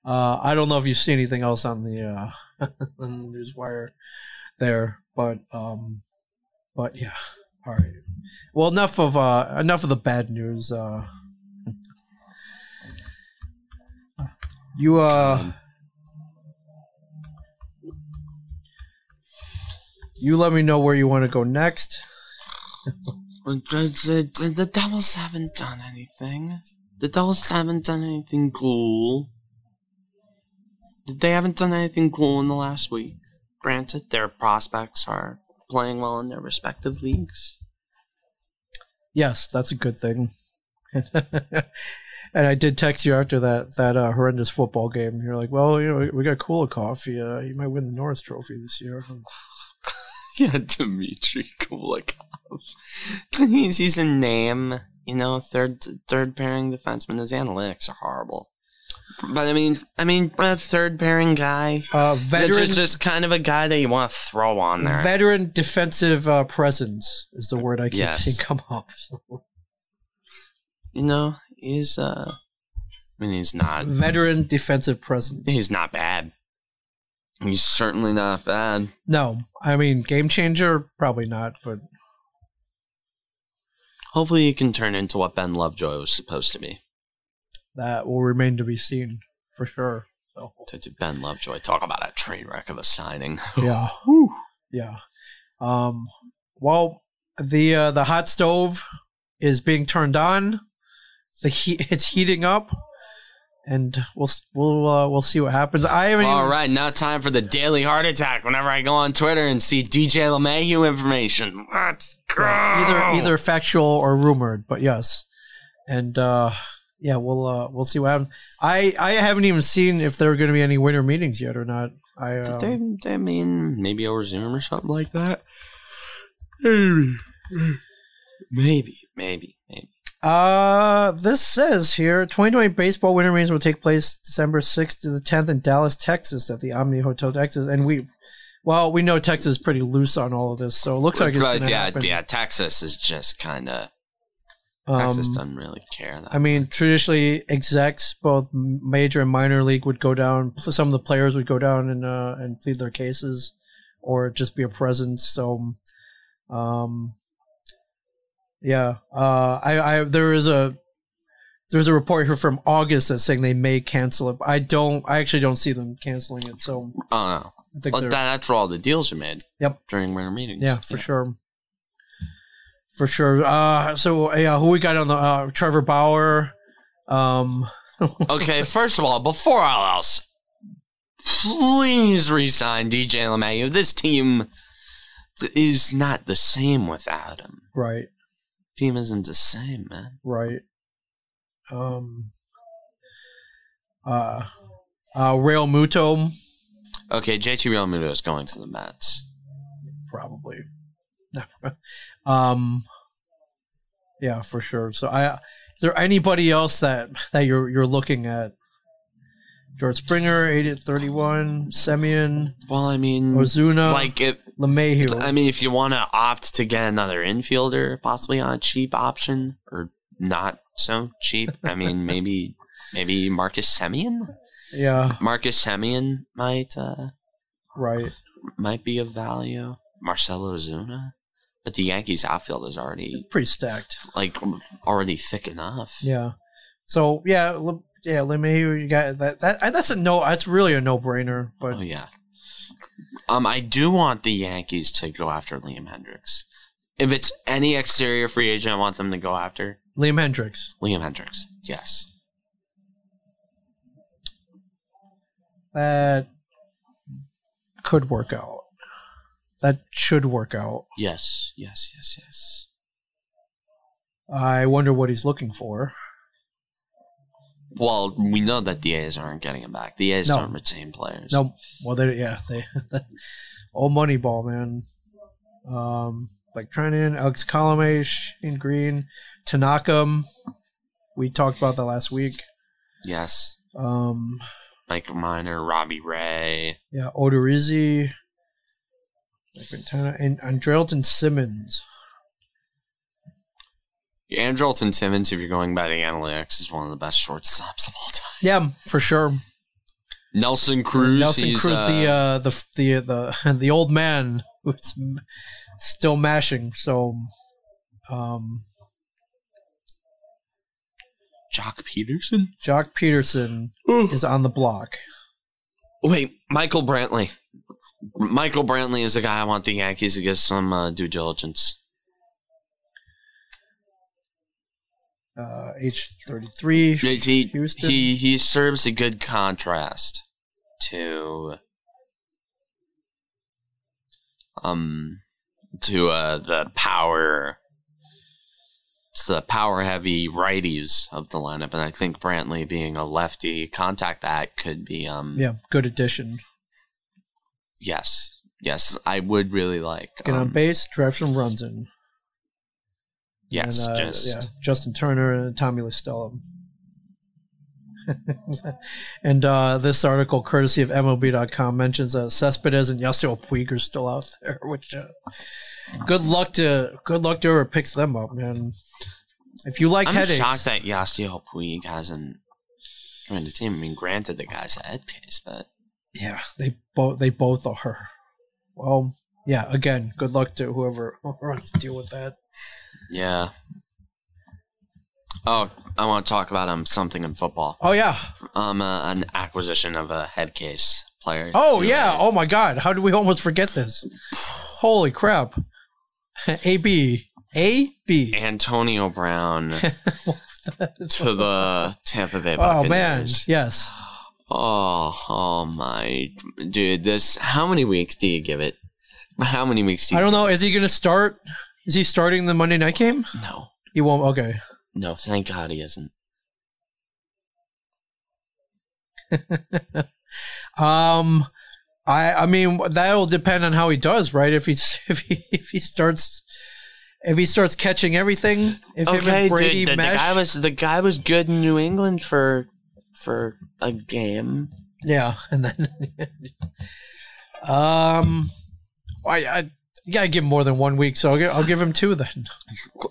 Speaker 2: Uh, I don't know if you see anything else on the uh, on the newswire there, but um, but yeah. All right. Well, enough of uh, enough of the bad news. Uh, you uh, you let me know where you want to go next.
Speaker 1: The, the, the Devils haven't done anything. The Devils haven't done anything cool. They haven't done anything cool in the last week. Granted, their prospects are playing well in their respective leagues.
Speaker 2: Yes, that's a good thing. and I did text you after that that uh, horrendous football game. You're like, well, you know, we- we got Kulikov. He, uh, he might win the Norris Trophy this year.
Speaker 1: Yeah, Dmitry Kulikov. he's, he's a name, you know. Third third pairing defenseman. His analytics are horrible. But I mean, I mean, a third pairing guy.
Speaker 2: Uh,
Speaker 1: Veteran,
Speaker 2: veteran,
Speaker 1: just, just kind of a guy that you want to throw on there.
Speaker 2: veteran defensive uh, presence is the word I keep
Speaker 1: Yes.
Speaker 2: seeing come up.
Speaker 1: you know, he's uh, I mean, he's not.
Speaker 2: veteran defensive presence.
Speaker 1: He's not bad. He's certainly not bad.
Speaker 2: No, I mean game changer, probably not. But
Speaker 1: Hopefully, he can turn into what Ben Lovejoy was supposed to be.
Speaker 2: that will remain to be seen for sure. So
Speaker 1: To, to Ben Lovejoy, talk about a train wreck of a signing.
Speaker 2: yeah,
Speaker 1: Whew.
Speaker 2: yeah. Um, well, the uh, the hot stove is being turned on. The heat it's heating up, and we'll s- we'll uh, we'll see what happens. I haven't. even-
Speaker 1: All right, now time for the daily heart attack. Whenever I go on Twitter and see DJ LeMahieu information, let's go.
Speaker 2: either either factual or rumored, but yes. And uh, yeah, we'll uh, we'll see what happens. I I haven't even seen if there are going to be any winter meetings yet or not. I um,
Speaker 1: They, they mean maybe over Zoom or something like that. Maybe, maybe, maybe, maybe.
Speaker 2: uh this says here 2020 baseball winter meetings will take place December 6th to the 10th in Dallas, Texas at the Omni Hotel Texas and we well, we know Texas is pretty loose on all of this, so it looks like it's
Speaker 1: But
Speaker 2: going to
Speaker 1: yeah,
Speaker 2: happen.
Speaker 1: yeah. Texas is just kind of Texas
Speaker 2: Um,
Speaker 1: doesn't really care. That
Speaker 2: I mean, traditionally, execs, both major and minor league, would go down. Some of the players would go down and uh, and plead their cases, or just be a presence. So, um, yeah, uh, I, I there is a there's a report here from August that's saying they may cancel it. I don't. I actually don't see them canceling it. So,
Speaker 1: oh no,
Speaker 2: I think
Speaker 1: Well,
Speaker 2: they're-
Speaker 1: that, that's where all the deals are made.
Speaker 2: Yep.
Speaker 1: during winter meetings.
Speaker 2: yeah, for sure. For sure. Uh, so yeah, who we got on the uh, Trevor Bauer? Um,
Speaker 1: okay, first of all, before all else, please resign DJ LeMahieu. This team th- is not the same without him.
Speaker 2: right.
Speaker 1: Team isn't the same, man.
Speaker 2: Right. Um. Uh. Uh. Real Muto,
Speaker 1: Okay, JT Realmuto is going to the Mets.
Speaker 2: probably. um. Yeah, for sure. So, I is there anybody else that that you're you're looking at? George Springer, eight at thirty-one. Semyon,
Speaker 1: Well, I mean,
Speaker 2: Ozuna,
Speaker 1: Mm, like if
Speaker 2: Lemayhew.
Speaker 1: I mean, if you want to opt to get another infielder, possibly on a cheap option or not so cheap. I mean, maybe maybe Marcus Semyon.
Speaker 2: yeah.
Speaker 1: Marcus Semyon might uh,
Speaker 2: Right.
Speaker 1: might be of value. Marcelo Zuna, but the Yankees outfield is already
Speaker 2: Pretty stacked.
Speaker 1: like already thick enough.
Speaker 2: Yeah. So yeah, Le, yeah, Lemayhew. You got that. That that's a no. That's really a no-brainer. But
Speaker 1: Oh yeah. Um, I do want the Yankees to go after Liam Hendricks. If it's any exterior free agent, I want them to go after
Speaker 2: Liam Hendricks.
Speaker 1: Liam Hendricks. Yes.
Speaker 2: that could work out. That should work out.
Speaker 1: Yes, yes, yes, yes.
Speaker 2: I wonder what he's looking for.
Speaker 1: Well, we know that the A's aren't getting him back. The A's
Speaker 2: No.
Speaker 1: don't retain players.
Speaker 2: No, well, they yeah, they all Moneyball man. Um, like Trenin, Alex Colome, Shane Green, Tanaka. We talked about that last week.
Speaker 1: Yes.
Speaker 2: Um,
Speaker 1: Mike Miner, Robbie Ray.
Speaker 2: Yeah, Odorizzi, Mike Ventana, and Andrelton Simmons.
Speaker 1: Andrelton Simmons, if you're going by the analytics, is one of the best shortstops of all time.
Speaker 2: Yeah, for sure.
Speaker 1: Nelson Cruz.
Speaker 2: Nelson
Speaker 1: he's,
Speaker 2: Cruz,
Speaker 1: uh,
Speaker 2: the, uh, the the the the old man who's m- still mashing. So, um,
Speaker 1: Jock Peterson.
Speaker 2: Jock Peterson is on the block. uh,
Speaker 1: Wait, Michael Brantley. Michael Brantley is the guy I want the Yankees to give some uh, due diligence.
Speaker 2: Uh, age thirty three.
Speaker 1: He, he,
Speaker 2: Houston.
Speaker 1: he, he serves a good contrast to um to uh the power to the power heavy righties of the lineup and I think Brantley being a lefty contact bat could be um
Speaker 2: Yeah, good addition.
Speaker 1: yes. Yes, I would really like
Speaker 2: Get on
Speaker 1: um,
Speaker 2: base, drive some runs in.
Speaker 1: yes,
Speaker 2: and, uh,
Speaker 1: just
Speaker 2: yeah, Justin Turner and Tommy Listella. and uh, this article, courtesy of MLB.com, mentions that Cespedes and Yasiel Puig are still out there. Which uh, good luck to good luck to whoever picks them up, man. If you like
Speaker 1: I'm
Speaker 2: headaches,
Speaker 1: shocked that Yasiel Puig hasn't joined the team. I mean, granted the guy's a head case, but
Speaker 2: yeah, they both they both are. Well, yeah. Again, good luck to whoever wants to deal with that.
Speaker 1: Yeah. Oh, I want to talk about um something in football.
Speaker 2: Oh yeah.
Speaker 1: Um, uh, an acquisition of a head case player.
Speaker 2: Oh
Speaker 1: to,
Speaker 2: yeah.
Speaker 1: uh,
Speaker 2: Oh my God. How did we almost forget this? Holy crap. A B A B.
Speaker 1: Antonio Brown to the Tampa Bay
Speaker 2: Oh man.
Speaker 1: Buccaneers.
Speaker 2: Yes.
Speaker 1: Oh, oh my dude, this. How many weeks do you give it? How many weeks do
Speaker 2: I
Speaker 1: you?
Speaker 2: don't know. Is he gonna start? Is he starting the Monday night game?
Speaker 1: No,
Speaker 2: He won't. Okay.
Speaker 1: no. Thank God he isn't.
Speaker 2: Um. I I mean that'll depend on how he does, right? If he's if he if he starts. If he starts catching everything, if him
Speaker 1: okay,
Speaker 2: and Brady
Speaker 1: dude. The, the
Speaker 2: mesh,
Speaker 1: guy was the guy was good in New England for for a game.
Speaker 2: Yeah, and then um, I, I you gotta give him more than one week, so I'll give, I'll give him two then.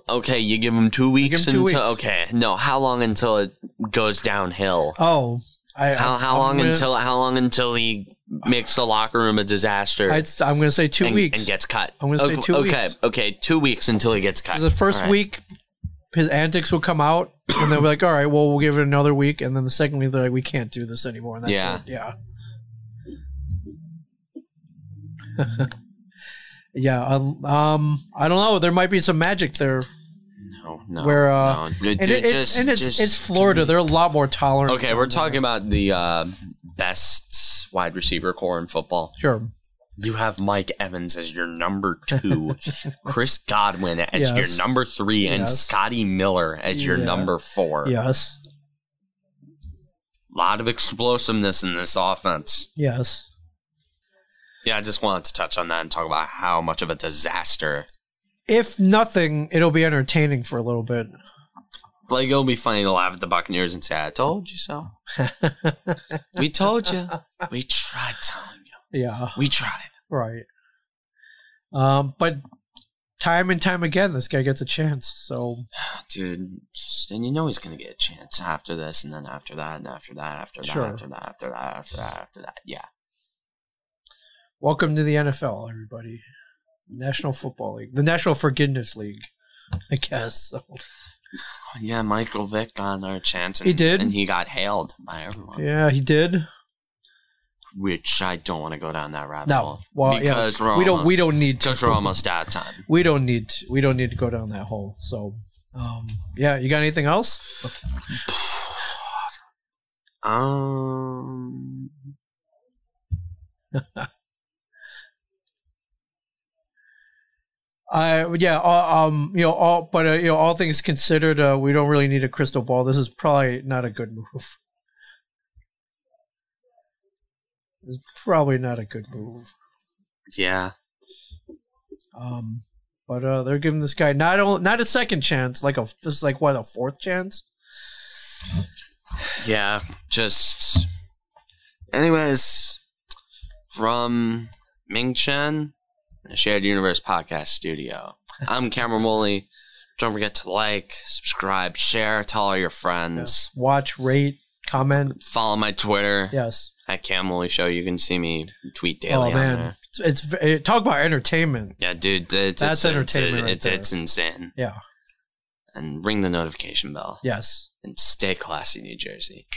Speaker 1: Okay, you give him two weeks
Speaker 2: him two
Speaker 1: until.
Speaker 2: weeks.
Speaker 1: Okay, no, how long until it goes downhill?
Speaker 2: Oh, I
Speaker 1: How how
Speaker 2: I'm
Speaker 1: long
Speaker 2: gonna-
Speaker 1: until how long until he makes the locker room a disaster
Speaker 2: I'd, I'm gonna say two
Speaker 1: and,
Speaker 2: weeks.
Speaker 1: and gets cut?
Speaker 2: I'm gonna say
Speaker 1: okay,
Speaker 2: two
Speaker 1: okay,
Speaker 2: weeks.
Speaker 1: okay, two weeks until he gets cut.
Speaker 2: 'Cause the first
Speaker 1: All right.
Speaker 2: week, his antics will come out, and they'll be like, "All right, well, we'll give it another week," and then the second week they're like, "We can't do this anymore." And that's
Speaker 1: Yeah.
Speaker 2: it. yeah, yeah. uh, Um, I don't know. There might be some magic there.
Speaker 1: No, no,
Speaker 2: where, uh,
Speaker 1: no. Dude,
Speaker 2: and, it, it-
Speaker 1: just-
Speaker 2: and it's
Speaker 1: just-
Speaker 2: it's Florida. They're a lot more tolerant.
Speaker 1: Okay, we're talking about the uh, best wide receiver core in football.
Speaker 2: Sure.
Speaker 1: You have Mike Evans as your number two, Chris Godwin as
Speaker 2: Yes.
Speaker 1: your number three, and
Speaker 2: Yes.
Speaker 1: Scotty Miller as your
Speaker 2: Yeah.
Speaker 1: number four.
Speaker 2: Yes.
Speaker 1: lot of explosiveness in this offense.
Speaker 2: Yes.
Speaker 1: Yeah, I just wanted to touch on that and talk about how much of a disaster.
Speaker 2: If nothing, it'll be entertaining for a little bit.
Speaker 1: Like it'll be funny to laugh at the Buccaneers and say, "I told you so." we told you. We tried telling you.
Speaker 2: Yeah.
Speaker 1: We tried.
Speaker 2: Right. Um, but time and time again, this guy gets a chance. So
Speaker 1: Dude, just, and you know he's gonna get a chance after this, and then after that, and after that, after that,
Speaker 2: Sure.
Speaker 1: after that, after that, after that, after that. Yeah.
Speaker 2: welcome to the NFL, everybody. National Football League, the National Forgiveness League, I guess. So,
Speaker 1: Yeah, Michael Vick got another chance. And,
Speaker 2: He did.
Speaker 1: and he got hailed by everyone.
Speaker 2: yeah, he did.
Speaker 1: Which I don't want to go down that rabbit
Speaker 2: No,
Speaker 1: hole.
Speaker 2: well,
Speaker 1: because
Speaker 2: yeah,
Speaker 1: we're
Speaker 2: we don't.
Speaker 1: almost-
Speaker 2: We don't need to.
Speaker 1: because we're almost out of time.
Speaker 2: we don't need. To, we don't need to go down that hole. So, um, yeah, you got anything else?
Speaker 1: Um.
Speaker 2: I yeah, uh, um, you know, all but uh, you know, all things considered, uh, we don't really need a crystal ball. This is probably not a good move. It's probably not a good move.
Speaker 1: Yeah.
Speaker 2: Um, but uh, they're giving this guy not only not a second chance, like a this is like what a fourth chance.
Speaker 1: Yeah. Just Anyways, from Ming Chen, the Shared Universe Podcast Studio. I'm Cameron Woolley. Don't forget to like, subscribe, share, tell all your friends.
Speaker 2: Watch, rate, comment.
Speaker 1: Follow my Twitter
Speaker 2: Yes.
Speaker 1: at Cam Woolley Show. You can see me tweet daily.
Speaker 2: Oh
Speaker 1: on
Speaker 2: man,
Speaker 1: there.
Speaker 2: it's, it's v- it- talk about entertainment.
Speaker 1: Yeah, dude, it's, it's,
Speaker 2: That's entertainment right
Speaker 1: It's,
Speaker 2: there.
Speaker 1: it's, it's insane.
Speaker 2: Yeah.
Speaker 1: And ring the notification bell
Speaker 2: Yes.
Speaker 1: and stay classy, New Jersey.